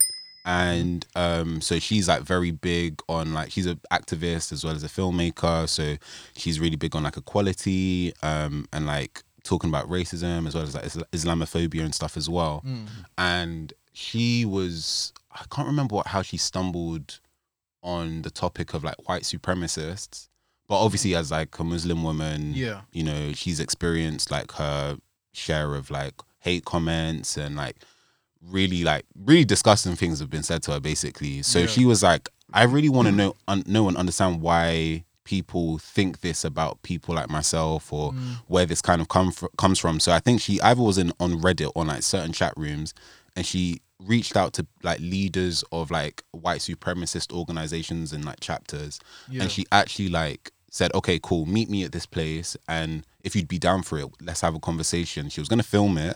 [SPEAKER 1] and um, so she's like very big on like she's an activist as well as a filmmaker. So she's really big on like equality um, and like talking about racism as well as like Isla- Islamophobia and stuff as well.
[SPEAKER 2] Mm.
[SPEAKER 1] And she was I can't remember what how she stumbled on the topic of like white supremacists but obviously as like a muslim woman
[SPEAKER 2] Yeah.
[SPEAKER 1] you know she's experienced like her share of like hate comments and like really like really disgusting things have been said to her basically so
[SPEAKER 2] Yeah. Hmm.
[SPEAKER 1] she was like i really want to know un- know and understand why people think this about people like myself or
[SPEAKER 2] Mm.
[SPEAKER 1] where this kind of come fr- comes from so i think she either was in on reddit or like certain chat rooms and she reached out to like leaders of like white supremacist organizations and like chapters
[SPEAKER 2] Yeah.
[SPEAKER 1] and she actually like said okay cool meet me at this place and if you'd be down for it let's have a conversation she was going to film it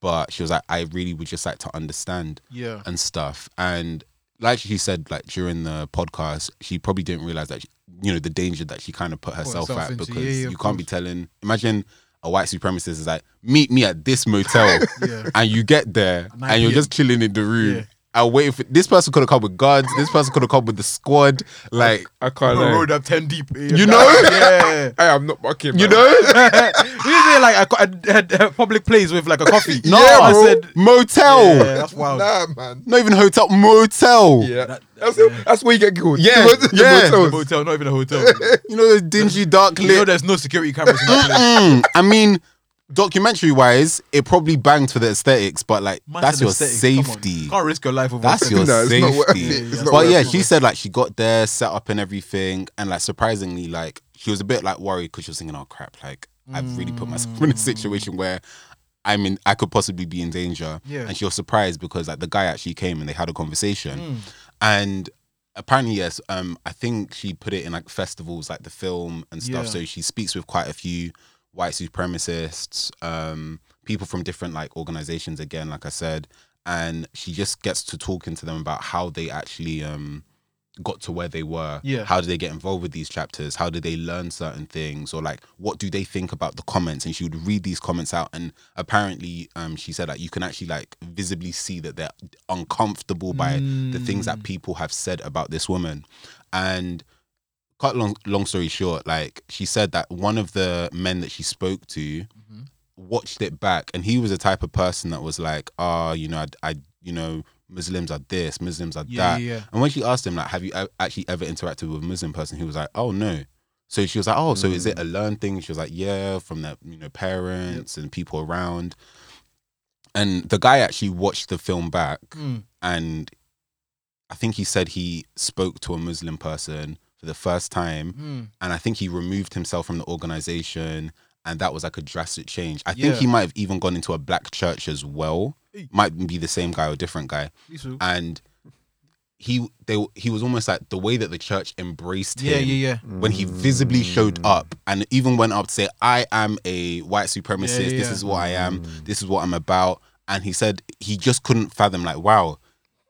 [SPEAKER 1] but she was like, I really would just like to understand
[SPEAKER 2] Yeah.
[SPEAKER 1] and stuff. And like she said, like during the podcast, she probably didn't realize that she, you know the danger that she kind of put herself
[SPEAKER 2] herself
[SPEAKER 1] at
[SPEAKER 2] into,
[SPEAKER 1] because
[SPEAKER 2] yeah, yeah,
[SPEAKER 1] you
[SPEAKER 2] of
[SPEAKER 1] can't be telling. Imagine a white supremacist is like, meet me at this motel,
[SPEAKER 2] Yeah.
[SPEAKER 1] and you get there
[SPEAKER 2] At 9
[SPEAKER 1] and you're
[SPEAKER 2] PM.
[SPEAKER 1] just chilling in the room.
[SPEAKER 2] Yeah.
[SPEAKER 1] And waiting for this person could have come with guards. This person could have come with the squad. Like
[SPEAKER 3] I can't lie.
[SPEAKER 2] Road up ten deep.
[SPEAKER 1] You know?
[SPEAKER 2] Yeah.
[SPEAKER 3] Hey, I'm not bucking.
[SPEAKER 1] you
[SPEAKER 3] man.
[SPEAKER 1] know,
[SPEAKER 2] you say like I, co- I had a public place with like a coffee.
[SPEAKER 1] no
[SPEAKER 2] yeah, I
[SPEAKER 1] bro.
[SPEAKER 2] said.
[SPEAKER 1] motel,
[SPEAKER 2] Yeah, that's wild.
[SPEAKER 3] Nah, man.
[SPEAKER 1] not even hotel, motel.
[SPEAKER 3] Yeah, that's, that's where you get killed.
[SPEAKER 1] Yeah,
[SPEAKER 3] The mot- the
[SPEAKER 1] yeah.
[SPEAKER 3] motels.
[SPEAKER 2] The hotel, not even a hotel.
[SPEAKER 1] You know, those dingy, dark
[SPEAKER 2] you know,
[SPEAKER 1] lit.
[SPEAKER 2] there's no security cameras in that place.
[SPEAKER 1] Mm, I mean, documentary wise, it probably banged for the aesthetics, but like that's
[SPEAKER 2] Massive
[SPEAKER 1] your
[SPEAKER 2] aesthetic, come on.
[SPEAKER 1] safety.
[SPEAKER 2] Can't risk your life over.
[SPEAKER 1] That's your
[SPEAKER 3] No,
[SPEAKER 1] safety.
[SPEAKER 3] it's not worth it. It's not
[SPEAKER 1] but
[SPEAKER 3] worth
[SPEAKER 1] yeah,
[SPEAKER 3] it.
[SPEAKER 1] she said like she got there, set up and everything, and like surprisingly, like she was a bit like worried because she was thinking, "Oh crap, like I've really put myself in a situation where." I'm in. I could possibly be in danger,
[SPEAKER 2] Yeah.
[SPEAKER 1] and she was surprised because like the guy actually came and they had a conversation,
[SPEAKER 2] Mm.
[SPEAKER 1] and apparently yes, um, I think she put it in like festivals, like the film and stuff.
[SPEAKER 2] Yeah.
[SPEAKER 1] So she speaks with quite a few white supremacists, um, people from different like organizations again, like I said, and she just gets to talking to them about how they actually um got to where they were.
[SPEAKER 2] Yeah.
[SPEAKER 1] How did they get involved with these chapters? How did they learn certain things? Or like what do they think about the comments? And she would read these comments out and apparently um she said like you can actually like visibly see that they're uncomfortable by the things that people have said about this woman. And cut long long story short, like she said that one of the men that she spoke to watched it back, and he was the type of person that was like, ah, you know, I, I, you know, Muslims are this, Muslims are
[SPEAKER 2] Yeah,
[SPEAKER 1] that.
[SPEAKER 2] yeah, yeah.
[SPEAKER 1] And when she asked him like, have you e- actually ever interacted with a Muslim person? He was like, oh no. So she was like, oh, so is
[SPEAKER 2] Mm.
[SPEAKER 1] it a learned thing? She was like, yeah, from their you know parents and people around. And the guy actually watched the film back
[SPEAKER 2] Mm.
[SPEAKER 1] and I think he said he spoke to a Muslim person for the first time,
[SPEAKER 2] Mm.
[SPEAKER 1] and I think he removed himself from the organization, and that was like a drastic change. I think
[SPEAKER 2] Yeah.
[SPEAKER 1] he might have even gone into a black church as well.
[SPEAKER 2] Hey.
[SPEAKER 1] Might be the same guy or different guy,
[SPEAKER 2] Lisu.
[SPEAKER 1] and he they he was almost like the way that the church embraced
[SPEAKER 2] Yeah, yeah,
[SPEAKER 1] him
[SPEAKER 2] yeah.
[SPEAKER 1] when he visibly showed
[SPEAKER 3] Mm.
[SPEAKER 1] up and even went up to say, I am a white supremacist,
[SPEAKER 2] Yeah, yeah,
[SPEAKER 1] this
[SPEAKER 2] yeah.
[SPEAKER 1] is what I am,
[SPEAKER 3] Mm.
[SPEAKER 1] this is what I'm about. And he said he just couldn't fathom, like, wow,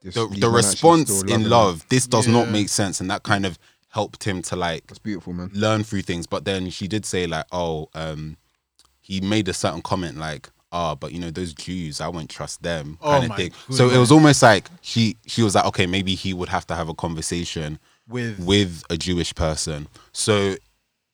[SPEAKER 3] This-
[SPEAKER 1] the,
[SPEAKER 3] these
[SPEAKER 1] the
[SPEAKER 3] men actually
[SPEAKER 1] response
[SPEAKER 3] still
[SPEAKER 1] in
[SPEAKER 3] him.
[SPEAKER 1] love, this does not
[SPEAKER 2] Yeah.
[SPEAKER 1] make sense. And that kind of helped him to like
[SPEAKER 3] That's beautiful, man.
[SPEAKER 1] learn through things. But then she did say, like, oh, um, he made a certain comment like, ah, but you know, those Jews, I won't trust them
[SPEAKER 2] Oh
[SPEAKER 1] kind of
[SPEAKER 2] my
[SPEAKER 1] thing. So it
[SPEAKER 2] goodness.
[SPEAKER 1] was almost like she she was like, okay, maybe he would have to have a conversation
[SPEAKER 2] With
[SPEAKER 1] with a Jewish person. So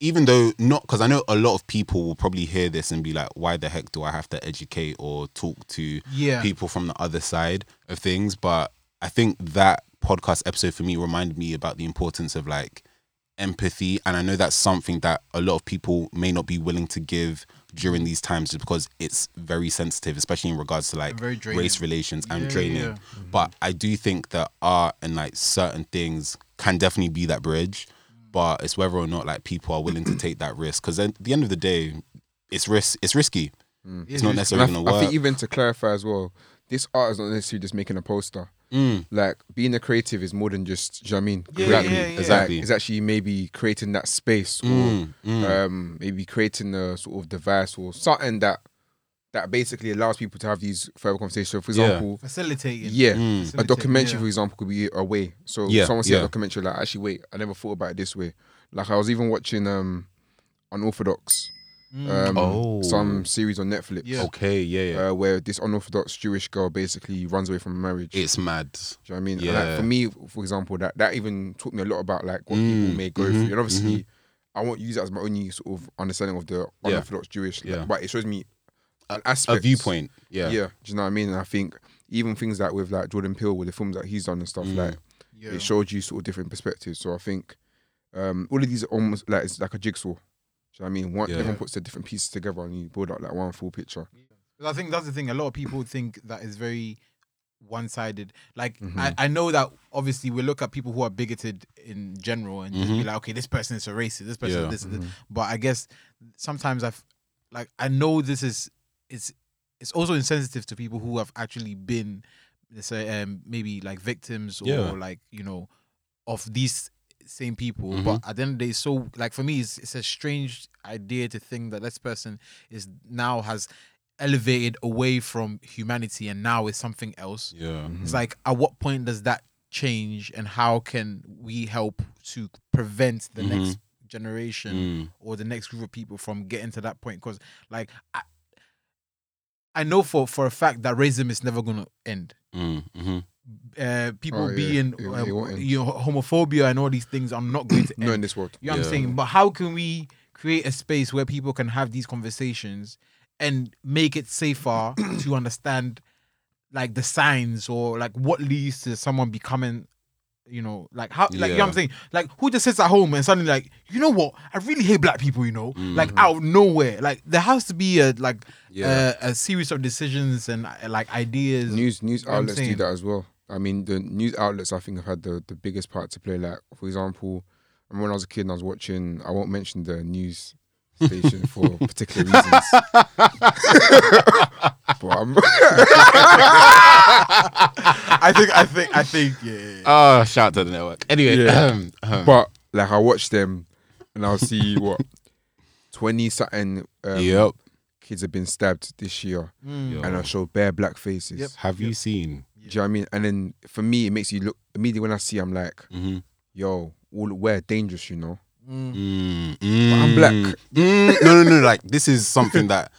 [SPEAKER 1] even though not because I know a lot of people will probably hear this and be like, why the heck do I have to educate or talk to
[SPEAKER 2] Yeah.
[SPEAKER 1] people from the other side of things? But I think that podcast episode for me reminded me about the importance of like empathy. And I know that's something that a lot of people may not be willing to give during these times just because it's very sensitive, especially in regards to like
[SPEAKER 2] And very draining.
[SPEAKER 1] race relations and
[SPEAKER 2] Yeah,
[SPEAKER 1] training.
[SPEAKER 2] yeah.
[SPEAKER 3] Mm-hmm.
[SPEAKER 1] But I do think that art and like certain things can definitely be that bridge. But it's whether or not like people are willing to take that risk. Because at the end of the day, it's risk. It's risky. It's not
[SPEAKER 3] And I,
[SPEAKER 1] necessarily going
[SPEAKER 3] th-
[SPEAKER 1] to
[SPEAKER 3] I
[SPEAKER 1] work.
[SPEAKER 3] think even to clarify as well, this art is not necessarily just making a poster.
[SPEAKER 1] Mm.
[SPEAKER 3] Like being a creative is more than just. Do you know what I mean?
[SPEAKER 2] Yeah,
[SPEAKER 3] Exactly.
[SPEAKER 2] yeah, yeah, yeah.
[SPEAKER 1] Exactly.
[SPEAKER 3] It's actually maybe creating that space or
[SPEAKER 1] Mm, mm.
[SPEAKER 3] um, maybe creating a sort of device or something that that basically allows people to have these further conversations. For
[SPEAKER 1] Yeah.
[SPEAKER 3] example,
[SPEAKER 2] Facilitating.
[SPEAKER 3] yeah,
[SPEAKER 1] Mm.
[SPEAKER 3] a
[SPEAKER 2] Facilitating,
[SPEAKER 3] documentary,
[SPEAKER 2] yeah.
[SPEAKER 3] for example, could be a way. So
[SPEAKER 1] Yeah,
[SPEAKER 3] someone said
[SPEAKER 1] yeah.
[SPEAKER 3] a documentary, like actually, wait, I never thought about it this way. Like I was even watching um, Unorthodox,
[SPEAKER 2] Mm.
[SPEAKER 3] um,
[SPEAKER 1] Oh.
[SPEAKER 3] some series on Netflix,
[SPEAKER 2] Yeah.
[SPEAKER 1] Okay. Yeah. yeah.
[SPEAKER 3] uh, where this unorthodox Jewish girl basically runs away from marriage.
[SPEAKER 1] it's mad.
[SPEAKER 3] Do you know what I mean? And,
[SPEAKER 1] Yeah.
[SPEAKER 3] Like for me, for example, that that even taught me a lot about like what
[SPEAKER 1] Mm,
[SPEAKER 3] people may go
[SPEAKER 1] mhm,
[SPEAKER 3] through. And obviously, I won't use that as my only sort of understanding of the
[SPEAKER 1] Yeah.
[SPEAKER 3] unorthodox Jewish, like,
[SPEAKER 1] Yeah.
[SPEAKER 3] but it shows me an
[SPEAKER 1] A
[SPEAKER 3] aspect,
[SPEAKER 1] viewpoint.
[SPEAKER 3] Yeah.
[SPEAKER 1] Yeah.
[SPEAKER 3] do you know what I mean? And I think even things like with like Jordan Peele, with the films that he's done and stuff,
[SPEAKER 1] Mm.
[SPEAKER 3] like
[SPEAKER 2] Yeah.
[SPEAKER 3] it showed you sort of different perspectives. So I think um all of these are almost like it's like a jigsaw. Do you know what I mean? One,
[SPEAKER 1] Yeah.
[SPEAKER 3] Everyone puts their different pieces together and you build up like one full picture.
[SPEAKER 2] 'Cause I think that's the thing. A lot of people think that is very one-sided. Like
[SPEAKER 3] Mhm.
[SPEAKER 2] I, I know that obviously we look at people who are bigoted in general and just be like, okay, this person is a racist, this person
[SPEAKER 1] Yeah.
[SPEAKER 2] is this, this.
[SPEAKER 3] Mm-hmm.
[SPEAKER 2] But I guess sometimes I've like I know this is it's it's also insensitive to people who have actually been let's say um maybe like victims or
[SPEAKER 1] Yeah.
[SPEAKER 2] like, you know, of these same people.
[SPEAKER 1] Mm-hmm.
[SPEAKER 2] But at the end of the day, it's so like for me, it's, it's a strange idea to think that this person is now has elevated away from humanity and now is something else.
[SPEAKER 1] Yeah. Mm-hmm.
[SPEAKER 2] It's like, at what point does that change, and how can we help to prevent the
[SPEAKER 1] Mm-hmm.
[SPEAKER 2] next generation
[SPEAKER 3] Mm-hmm.
[SPEAKER 1] Mm.
[SPEAKER 2] or the next group of people from getting to that point? Because, like, I, I know for for a fact that racism is never gonna end.
[SPEAKER 1] Mm. Mhm.
[SPEAKER 2] Uh, people
[SPEAKER 3] Oh, yeah.
[SPEAKER 2] being,
[SPEAKER 3] It-
[SPEAKER 2] uh,
[SPEAKER 3] it won't end.
[SPEAKER 2] you know, homophobia and all these things are not going to end.
[SPEAKER 3] Not in this world.
[SPEAKER 2] You know what
[SPEAKER 1] Yeah.
[SPEAKER 2] I'm saying? But how can we create a space where people can have these conversations and make it safer to understand like the signs or like what leads to someone becoming you know, like how like you know what
[SPEAKER 1] Yeah.
[SPEAKER 2] I'm saying? Like who just sits at home and suddenly like, you know what? I really hate black people, you know?
[SPEAKER 1] Mm-hmm.
[SPEAKER 2] Like out of nowhere. Like there has to be a like
[SPEAKER 1] Yeah.
[SPEAKER 2] a, a series of decisions and uh, like ideas.
[SPEAKER 3] News news
[SPEAKER 2] what I'm
[SPEAKER 3] outlets do
[SPEAKER 2] saying.
[SPEAKER 3] that as well. I mean, the news outlets I think have had the, the biggest part to play. Like for example, I remember when I was a kid and I was watching. I won't mention the news station for particular reasons. but I'm,
[SPEAKER 2] I think I think I think yeah. yeah, yeah.
[SPEAKER 1] Oh, shout out to the network. Anyway,
[SPEAKER 3] Yeah.
[SPEAKER 1] ahem, ahem.
[SPEAKER 3] but like I watch them and I'll see what twenty something um,
[SPEAKER 1] yep.
[SPEAKER 3] kids have been stabbed this year,
[SPEAKER 2] Mm.
[SPEAKER 3] and I show bare black faces.
[SPEAKER 2] Yep.
[SPEAKER 1] Have you seen?
[SPEAKER 3] Do you know what I mean? And then for me, it makes you look immediately when I see. I'm like,
[SPEAKER 1] Mhm.
[SPEAKER 3] yo, all we're dangerous, you know.
[SPEAKER 2] Mm.
[SPEAKER 1] Mm,
[SPEAKER 3] I'm black.
[SPEAKER 1] mm, mm. no, no, no. Like this is something that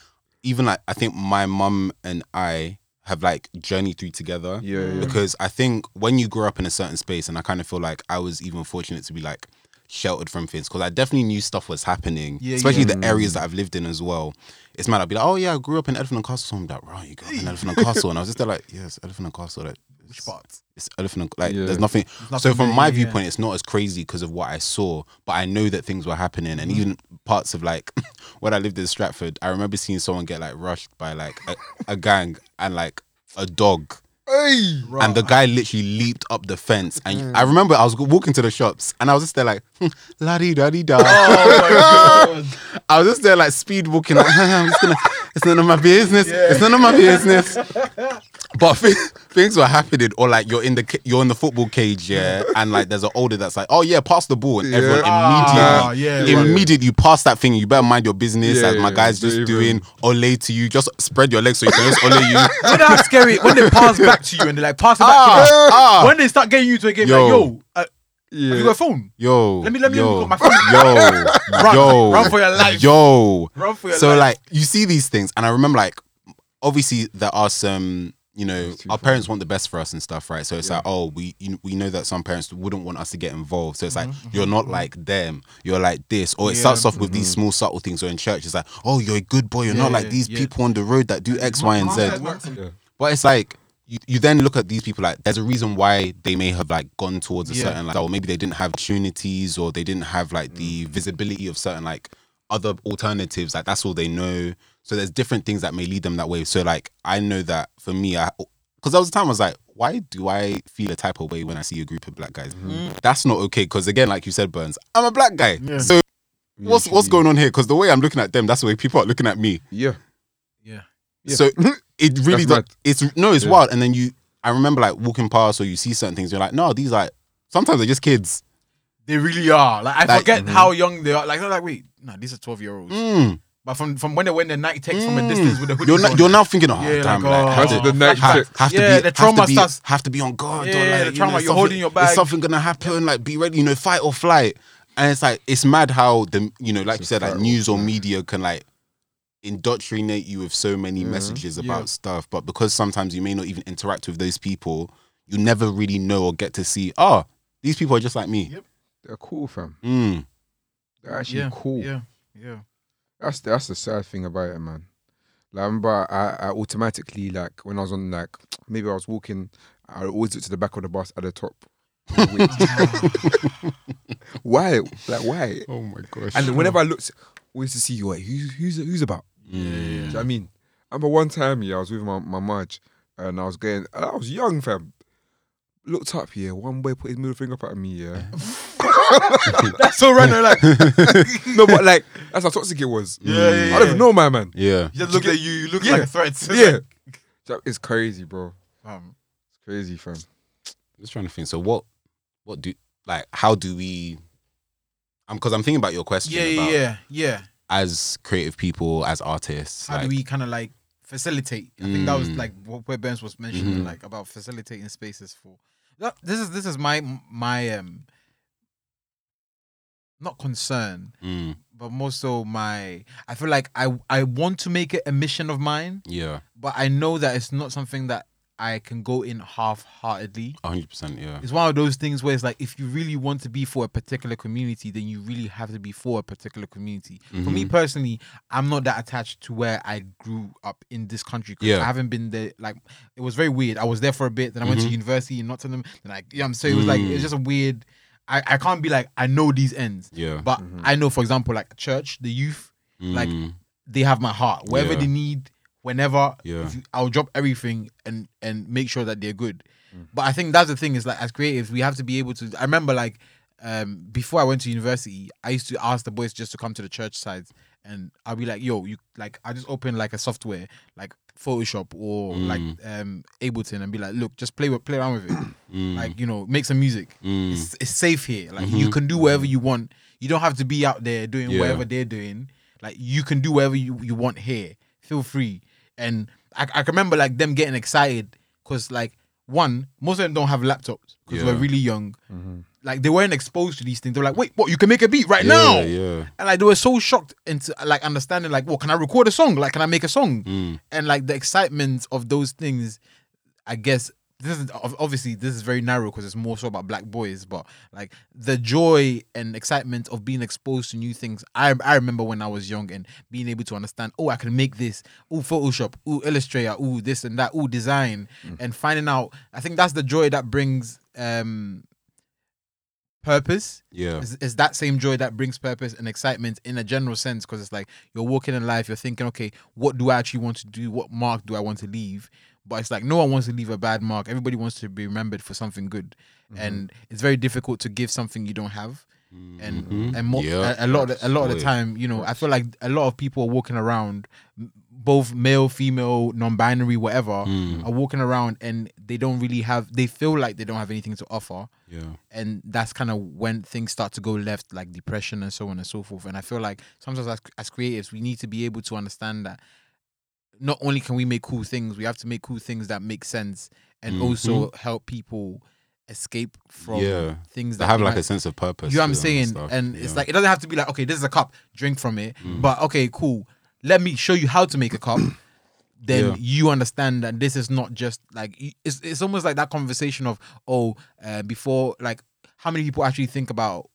[SPEAKER 1] even like I think my mum and I have like journeyed through together.
[SPEAKER 3] Yeah, yeah.
[SPEAKER 1] Because I think when you grow up in a certain space, and I kind of feel like I was even fortunate to be like sheltered from things because I definitely knew stuff was happening,
[SPEAKER 2] Yeah,
[SPEAKER 1] especially
[SPEAKER 2] yeah.
[SPEAKER 1] the areas that I've lived in as well. It's mad. I'd be like, oh yeah, I grew up in Elephant and Castle. So I'm like, right, you grew up in Elephant and Castle, and I was just there like, yes, Elephant and Castle. Like,
[SPEAKER 2] Which part?
[SPEAKER 1] it's elephant and, like
[SPEAKER 3] Yeah.
[SPEAKER 1] there's nothing.
[SPEAKER 2] nothing
[SPEAKER 1] so from
[SPEAKER 2] there,
[SPEAKER 1] my
[SPEAKER 2] yeah.
[SPEAKER 1] viewpoint it's not as crazy because of what i saw but i know that things were happening and even parts of like when i lived in stratford i remember seeing someone get like rushed by like a, a gang and like a dog
[SPEAKER 3] Hey,
[SPEAKER 1] and the guy literally leaped up the fence and
[SPEAKER 2] Mm.
[SPEAKER 1] i remember i was walking to the shops and i was just there like "Hmm, la di da di da
[SPEAKER 2] Oh my god.
[SPEAKER 1] I was just there like speed walking, like I'm just gonna, it's none of my business. It's none of my business. But thi- things were happening, or like you're in the ca- you're in the football cage, yeah, and like there's an older that's like, oh yeah, pass the ball, and everyone
[SPEAKER 2] Ah,
[SPEAKER 1] immediately,
[SPEAKER 2] yeah,
[SPEAKER 1] immediately
[SPEAKER 2] right.
[SPEAKER 1] you pass that thing. You better mind your business,
[SPEAKER 3] Yeah,
[SPEAKER 1] as my
[SPEAKER 3] yeah,
[SPEAKER 1] guys
[SPEAKER 3] don't
[SPEAKER 1] just
[SPEAKER 3] even-
[SPEAKER 1] doing ole to you. Just spread your legs so you can just ole you.
[SPEAKER 2] You know how scary when they pass back to you and they like pass it back to you.
[SPEAKER 1] ah, ah,
[SPEAKER 2] When they start getting you to a game,
[SPEAKER 1] Yo.
[SPEAKER 2] like yo, uh, have you got
[SPEAKER 3] yeah.
[SPEAKER 2] a phone?
[SPEAKER 1] yo,
[SPEAKER 2] Let me- let me- let me
[SPEAKER 1] yo,
[SPEAKER 2] put my phone-
[SPEAKER 1] yo,
[SPEAKER 2] Run,
[SPEAKER 1] yo,
[SPEAKER 2] run for your life.
[SPEAKER 1] yo,
[SPEAKER 2] Run for your
[SPEAKER 1] so
[SPEAKER 2] life.
[SPEAKER 1] like you see these things and i remember like obviously there are some you know
[SPEAKER 3] It's too
[SPEAKER 1] our
[SPEAKER 3] far.
[SPEAKER 1] parents want the best for us and stuff right so it's like oh we you, we know that some parents wouldn't want us to get involved so it's like you're not like them you're like this or it
[SPEAKER 2] Mm-hmm, Yeah. mm-hmm.
[SPEAKER 1] starts off with these small subtle things or in church it's like oh you're a good boy you're not
[SPEAKER 2] Yeah,
[SPEAKER 1] like these
[SPEAKER 2] yeah.
[SPEAKER 1] people on the road that do x y and z
[SPEAKER 3] Yeah.
[SPEAKER 1] but it's like you, you then look at these people like there's a reason why they may have like gone towards a
[SPEAKER 2] Yeah.
[SPEAKER 1] certain like or maybe they didn't have opportunities or they didn't have like
[SPEAKER 2] Mm.
[SPEAKER 1] the visibility of certain like other alternatives like that's all they know so there's different things that may lead them that way so like i know that for me i because there was a time i was like why do i feel a type of way when i see a group of black guys
[SPEAKER 2] Mm.
[SPEAKER 1] that's not okay because again like you said burns i'm a black guy
[SPEAKER 2] Yeah.
[SPEAKER 1] so what's what's going on here because the way i'm looking at them that's the way people are looking at me
[SPEAKER 3] Yeah.
[SPEAKER 2] yeah,
[SPEAKER 3] Yeah.
[SPEAKER 1] so it really
[SPEAKER 3] That's
[SPEAKER 1] does.
[SPEAKER 3] mad.
[SPEAKER 1] It's no, it's
[SPEAKER 3] Yeah.
[SPEAKER 1] wild. And then you, I remember like walking past or you see certain things. You're like, no, these like sometimes they're just kids.
[SPEAKER 2] they really are. Like I
[SPEAKER 1] Like- mm-hmm.
[SPEAKER 2] forget how young they are. Like I'm like wait, no, these are twelve year olds.
[SPEAKER 1] Mm.
[SPEAKER 2] But from from when they went the night text from
[SPEAKER 1] Mm.
[SPEAKER 2] a distance with the hood.
[SPEAKER 1] You're not. You're now thinking, oh
[SPEAKER 2] Yeah,
[SPEAKER 1] damn,
[SPEAKER 2] like,
[SPEAKER 1] like,
[SPEAKER 2] oh,
[SPEAKER 1] have to-
[SPEAKER 3] the next
[SPEAKER 1] ha-
[SPEAKER 3] shit.
[SPEAKER 1] have to
[SPEAKER 2] Yeah,
[SPEAKER 1] be,
[SPEAKER 2] the
[SPEAKER 1] have
[SPEAKER 2] trauma
[SPEAKER 1] to be,
[SPEAKER 2] starts-
[SPEAKER 1] have to be on guard. or,
[SPEAKER 2] Yeah,
[SPEAKER 1] like,
[SPEAKER 2] the
[SPEAKER 1] you
[SPEAKER 2] trauma,
[SPEAKER 1] know,
[SPEAKER 2] you're
[SPEAKER 1] something-
[SPEAKER 2] holding your
[SPEAKER 1] Is
[SPEAKER 2] bag.
[SPEAKER 1] something gonna happen? Like, be ready. You know, fight or flight. And it's like it's mad how the you know, like you said, like
[SPEAKER 3] fight or
[SPEAKER 1] news or media can like indoctrinate you with so many messages about stuff. But because sometimes you may not even interact with those people, you never really know or get to see. Oh, these people are just like me.
[SPEAKER 2] Yep.
[SPEAKER 3] They're cool, fam.
[SPEAKER 1] Mm.
[SPEAKER 3] They're actually
[SPEAKER 2] yeah,
[SPEAKER 3] cool.
[SPEAKER 2] Yeah, yeah.
[SPEAKER 3] That's the, that's the sad thing about it, man. Like, I remember I, I automatically like when I was on like maybe I was walking, I always look to the back of the bus at the top. Always. why? Like why?
[SPEAKER 1] Oh my gosh.
[SPEAKER 3] And then whenever I looked, always to see like, who's who's who's about. Do you know what I mean? I remember one time yeah, I was with my my Marge and I was going. I was young, fam. Looked up here. One boy put his middle finger up at me. Yeah.
[SPEAKER 2] That's so random. Like
[SPEAKER 3] no, but like that's how toxic it was.
[SPEAKER 2] yeah, yeah,
[SPEAKER 3] I don't even know my man.
[SPEAKER 1] yeah.
[SPEAKER 2] You just look at you. You look
[SPEAKER 3] Yeah.
[SPEAKER 2] like a threat.
[SPEAKER 3] Yeah. That is crazy, bro.
[SPEAKER 2] Um,
[SPEAKER 3] It's crazy, fam.
[SPEAKER 1] just trying to think. So what what do like how do we I'm because I'm thinking about your question
[SPEAKER 2] yeah, yeah,
[SPEAKER 1] about
[SPEAKER 2] yeah, yeah.
[SPEAKER 1] as creative people, as artists,
[SPEAKER 2] How
[SPEAKER 1] like,
[SPEAKER 2] do we kind of like facilitate. I think that was
[SPEAKER 1] Mm.
[SPEAKER 2] like what where Burns was mentioning,
[SPEAKER 1] Mhm.
[SPEAKER 2] like about facilitating spaces for. That, this is this is my my um, not concern,
[SPEAKER 1] Mm,
[SPEAKER 2] but more so my. I feel like I I want to make it a mission of mine,
[SPEAKER 1] yeah,
[SPEAKER 2] but I know that it's not something that I can go in half heartedly.
[SPEAKER 1] 100%. Yeah.
[SPEAKER 2] It's one of those things where it's like if you really want to be for a particular community, then you really have to be for a particular community. For me personally, I'm not that attached to where I grew up in this country because
[SPEAKER 1] Yeah.
[SPEAKER 2] I haven't been there. Like it was very weird. I was there for a bit, then I went to university in Nottingham, then I yeah, I'm so it was like it's just a weird. I, I can't be like I know these ends,
[SPEAKER 1] Yeah.
[SPEAKER 2] but I know for example like church, the youth, like
[SPEAKER 1] Mm,
[SPEAKER 2] they have my heart. Wherever
[SPEAKER 1] Yeah.
[SPEAKER 2] they need, whenever,
[SPEAKER 1] Yeah.
[SPEAKER 2] if you- I'll drop everything and and make sure that they're good. But I think that's the thing is like as creatives, we have to be able to. I remember like um before I went to university, I used to ask the boys just to come to the church sides, and I'll be like, "Yo, you like I just open like a software like Photoshop or like
[SPEAKER 1] Mm.
[SPEAKER 2] um Ableton and be like, look, just play with play around with it, like you know, make some music.
[SPEAKER 1] Mm. Mm-hmm.
[SPEAKER 2] It's, it's safe here. Like you can do whatever you want. You don't have to be out there doing
[SPEAKER 1] Yeah.
[SPEAKER 2] whatever they're doing. Like you can do whatever you, you want here. Feel free. And I, I can remember like them getting excited because like one, most of them don't have laptops because
[SPEAKER 1] Yeah.
[SPEAKER 2] we're really young. Like they weren't exposed to these things. They're like, wait, what? You can make a beat right now.
[SPEAKER 1] Yeah, yeah.
[SPEAKER 2] And like they were so shocked into like understanding like, well, can I record a song? Like, can I make a song?
[SPEAKER 1] Mm,
[SPEAKER 2] and like the excitement of those things i guess this is ob- obviously this is very narrow because it's more so about black boys but like the joy and excitement of being exposed to new things i i remember when i was young and being able to understand oh i can make this oh photoshop oh illustrator oh this and that oh design and finding out i think that's the joy that brings um purpose
[SPEAKER 1] yeah.
[SPEAKER 2] is, is that same joy that brings purpose and excitement in a general sense because it's like you're walking in life you're thinking okay what do i actually want to do what mark do i want to leave but it's like no one wants to leave a bad mark everybody wants to be remembered for something good
[SPEAKER 1] Mm-hmm.
[SPEAKER 2] and it's very difficult to give something you don't have and and mo-
[SPEAKER 1] Mm-hmm. Yeah.
[SPEAKER 2] a, a lot of, the- a lot of the
[SPEAKER 1] Absolutely.
[SPEAKER 2] time you know i feel like a lot of people are walking around m- both male female non-binary whatever
[SPEAKER 1] Hmm.
[SPEAKER 2] are walking around and they don't really have they feel like they don't have anything to offer
[SPEAKER 1] Yeah.
[SPEAKER 2] and that's kind of when things start to go left like depression and so on and so forth and i feel like sometimes as, as creatives we need to be able to understand that not only can we make cool things we have to make cool things that make sense
[SPEAKER 1] Mm-hmm.
[SPEAKER 2] and also help people escape from
[SPEAKER 1] Yeah.
[SPEAKER 2] things
[SPEAKER 1] They
[SPEAKER 2] that
[SPEAKER 1] have
[SPEAKER 2] they
[SPEAKER 1] like
[SPEAKER 2] might-
[SPEAKER 1] a sense of purpose.
[SPEAKER 2] you
[SPEAKER 1] to
[SPEAKER 2] know what I'm
[SPEAKER 1] them
[SPEAKER 2] saying?
[SPEAKER 1] stuff,
[SPEAKER 2] And it's
[SPEAKER 1] yeah. Mm.
[SPEAKER 2] like it doesn't have to be like, okay, this is a cup, drink from it. But okay, cool. Let me show you how to make a cup. then
[SPEAKER 1] Yeah.
[SPEAKER 2] you understand that this is not just like y- it's it's almost like that conversation of oh, uh, before like how many people actually think about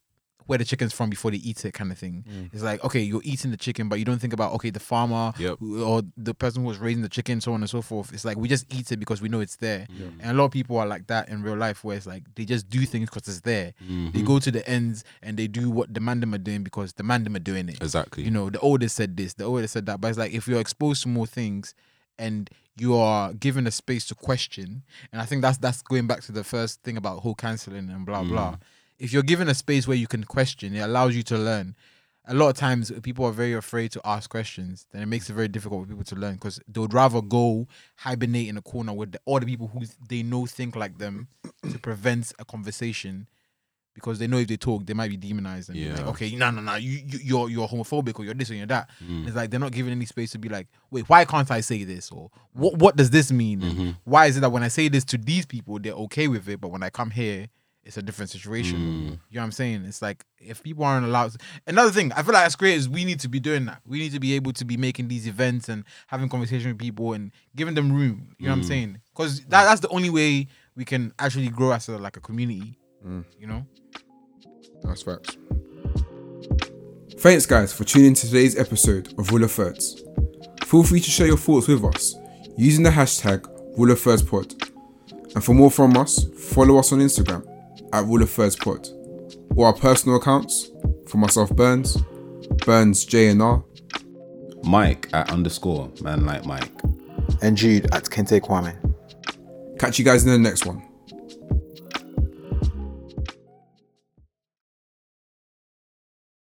[SPEAKER 2] where the chicken's from before they eat it kind of thing.
[SPEAKER 1] Mm.
[SPEAKER 2] It's like okay, you're eating the chicken, but you don't think about okay the farmer
[SPEAKER 1] Yep.
[SPEAKER 2] who- or the person who was raising the chicken, so on and so forth. It's like we just eat it because we know it's there. And a lot of people are like that in real life, where it's like they just do things because it's there. They go to the ends and they do what the mandem are doing because the mandem are doing it.
[SPEAKER 1] exactly.
[SPEAKER 2] You know, the older said this, the older said that. But it's like if you're exposed to more things and you are given a space to question, and I think that's that's going back to the first thing about whole canceling and blah blah. If you're given a space where you can question, it allows you to learn. A lot of times uh, people are very afraid to ask questions, then it makes it very difficult for people to learn because they would rather go hibernate in a corner with the, all the people who they know think like them to prevent a conversation because they know if they talk, they might be demonized and be like,
[SPEAKER 1] Yeah.
[SPEAKER 2] okay, no, no, no, you, you you're you're homophobic or you're this or you're that. It's like they're not giving any space to be like, wait, why can't I say this or what what does this mean? And Why is it that when I say this to these people, they're okay with it, but when I come here, it's a different situation. You know what I'm saying? It's like if people aren't allowed. Another thing, I feel like as creators, we need to be doing that. We need to be able to be making these events and having conversation with people and giving them room. You know what I'm saying? Because that, that's the only way we can actually grow as a, like a community.
[SPEAKER 4] Mm.
[SPEAKER 2] You know.
[SPEAKER 3] That's facts. Thanks, guys, for tuning in to today's episode of Rule of Thirds. Feel free to share your thoughts with us using the hashtag Rule of Thirds Pod. And for more from us, follow us on Instagram at Rule of Thirds Pod or our personal accounts for myself, Burns, Burns JNR,
[SPEAKER 1] Mike at underscore man like Mike.
[SPEAKER 4] And Jude at Kente Kwame.
[SPEAKER 3] Catch you guys in the next one.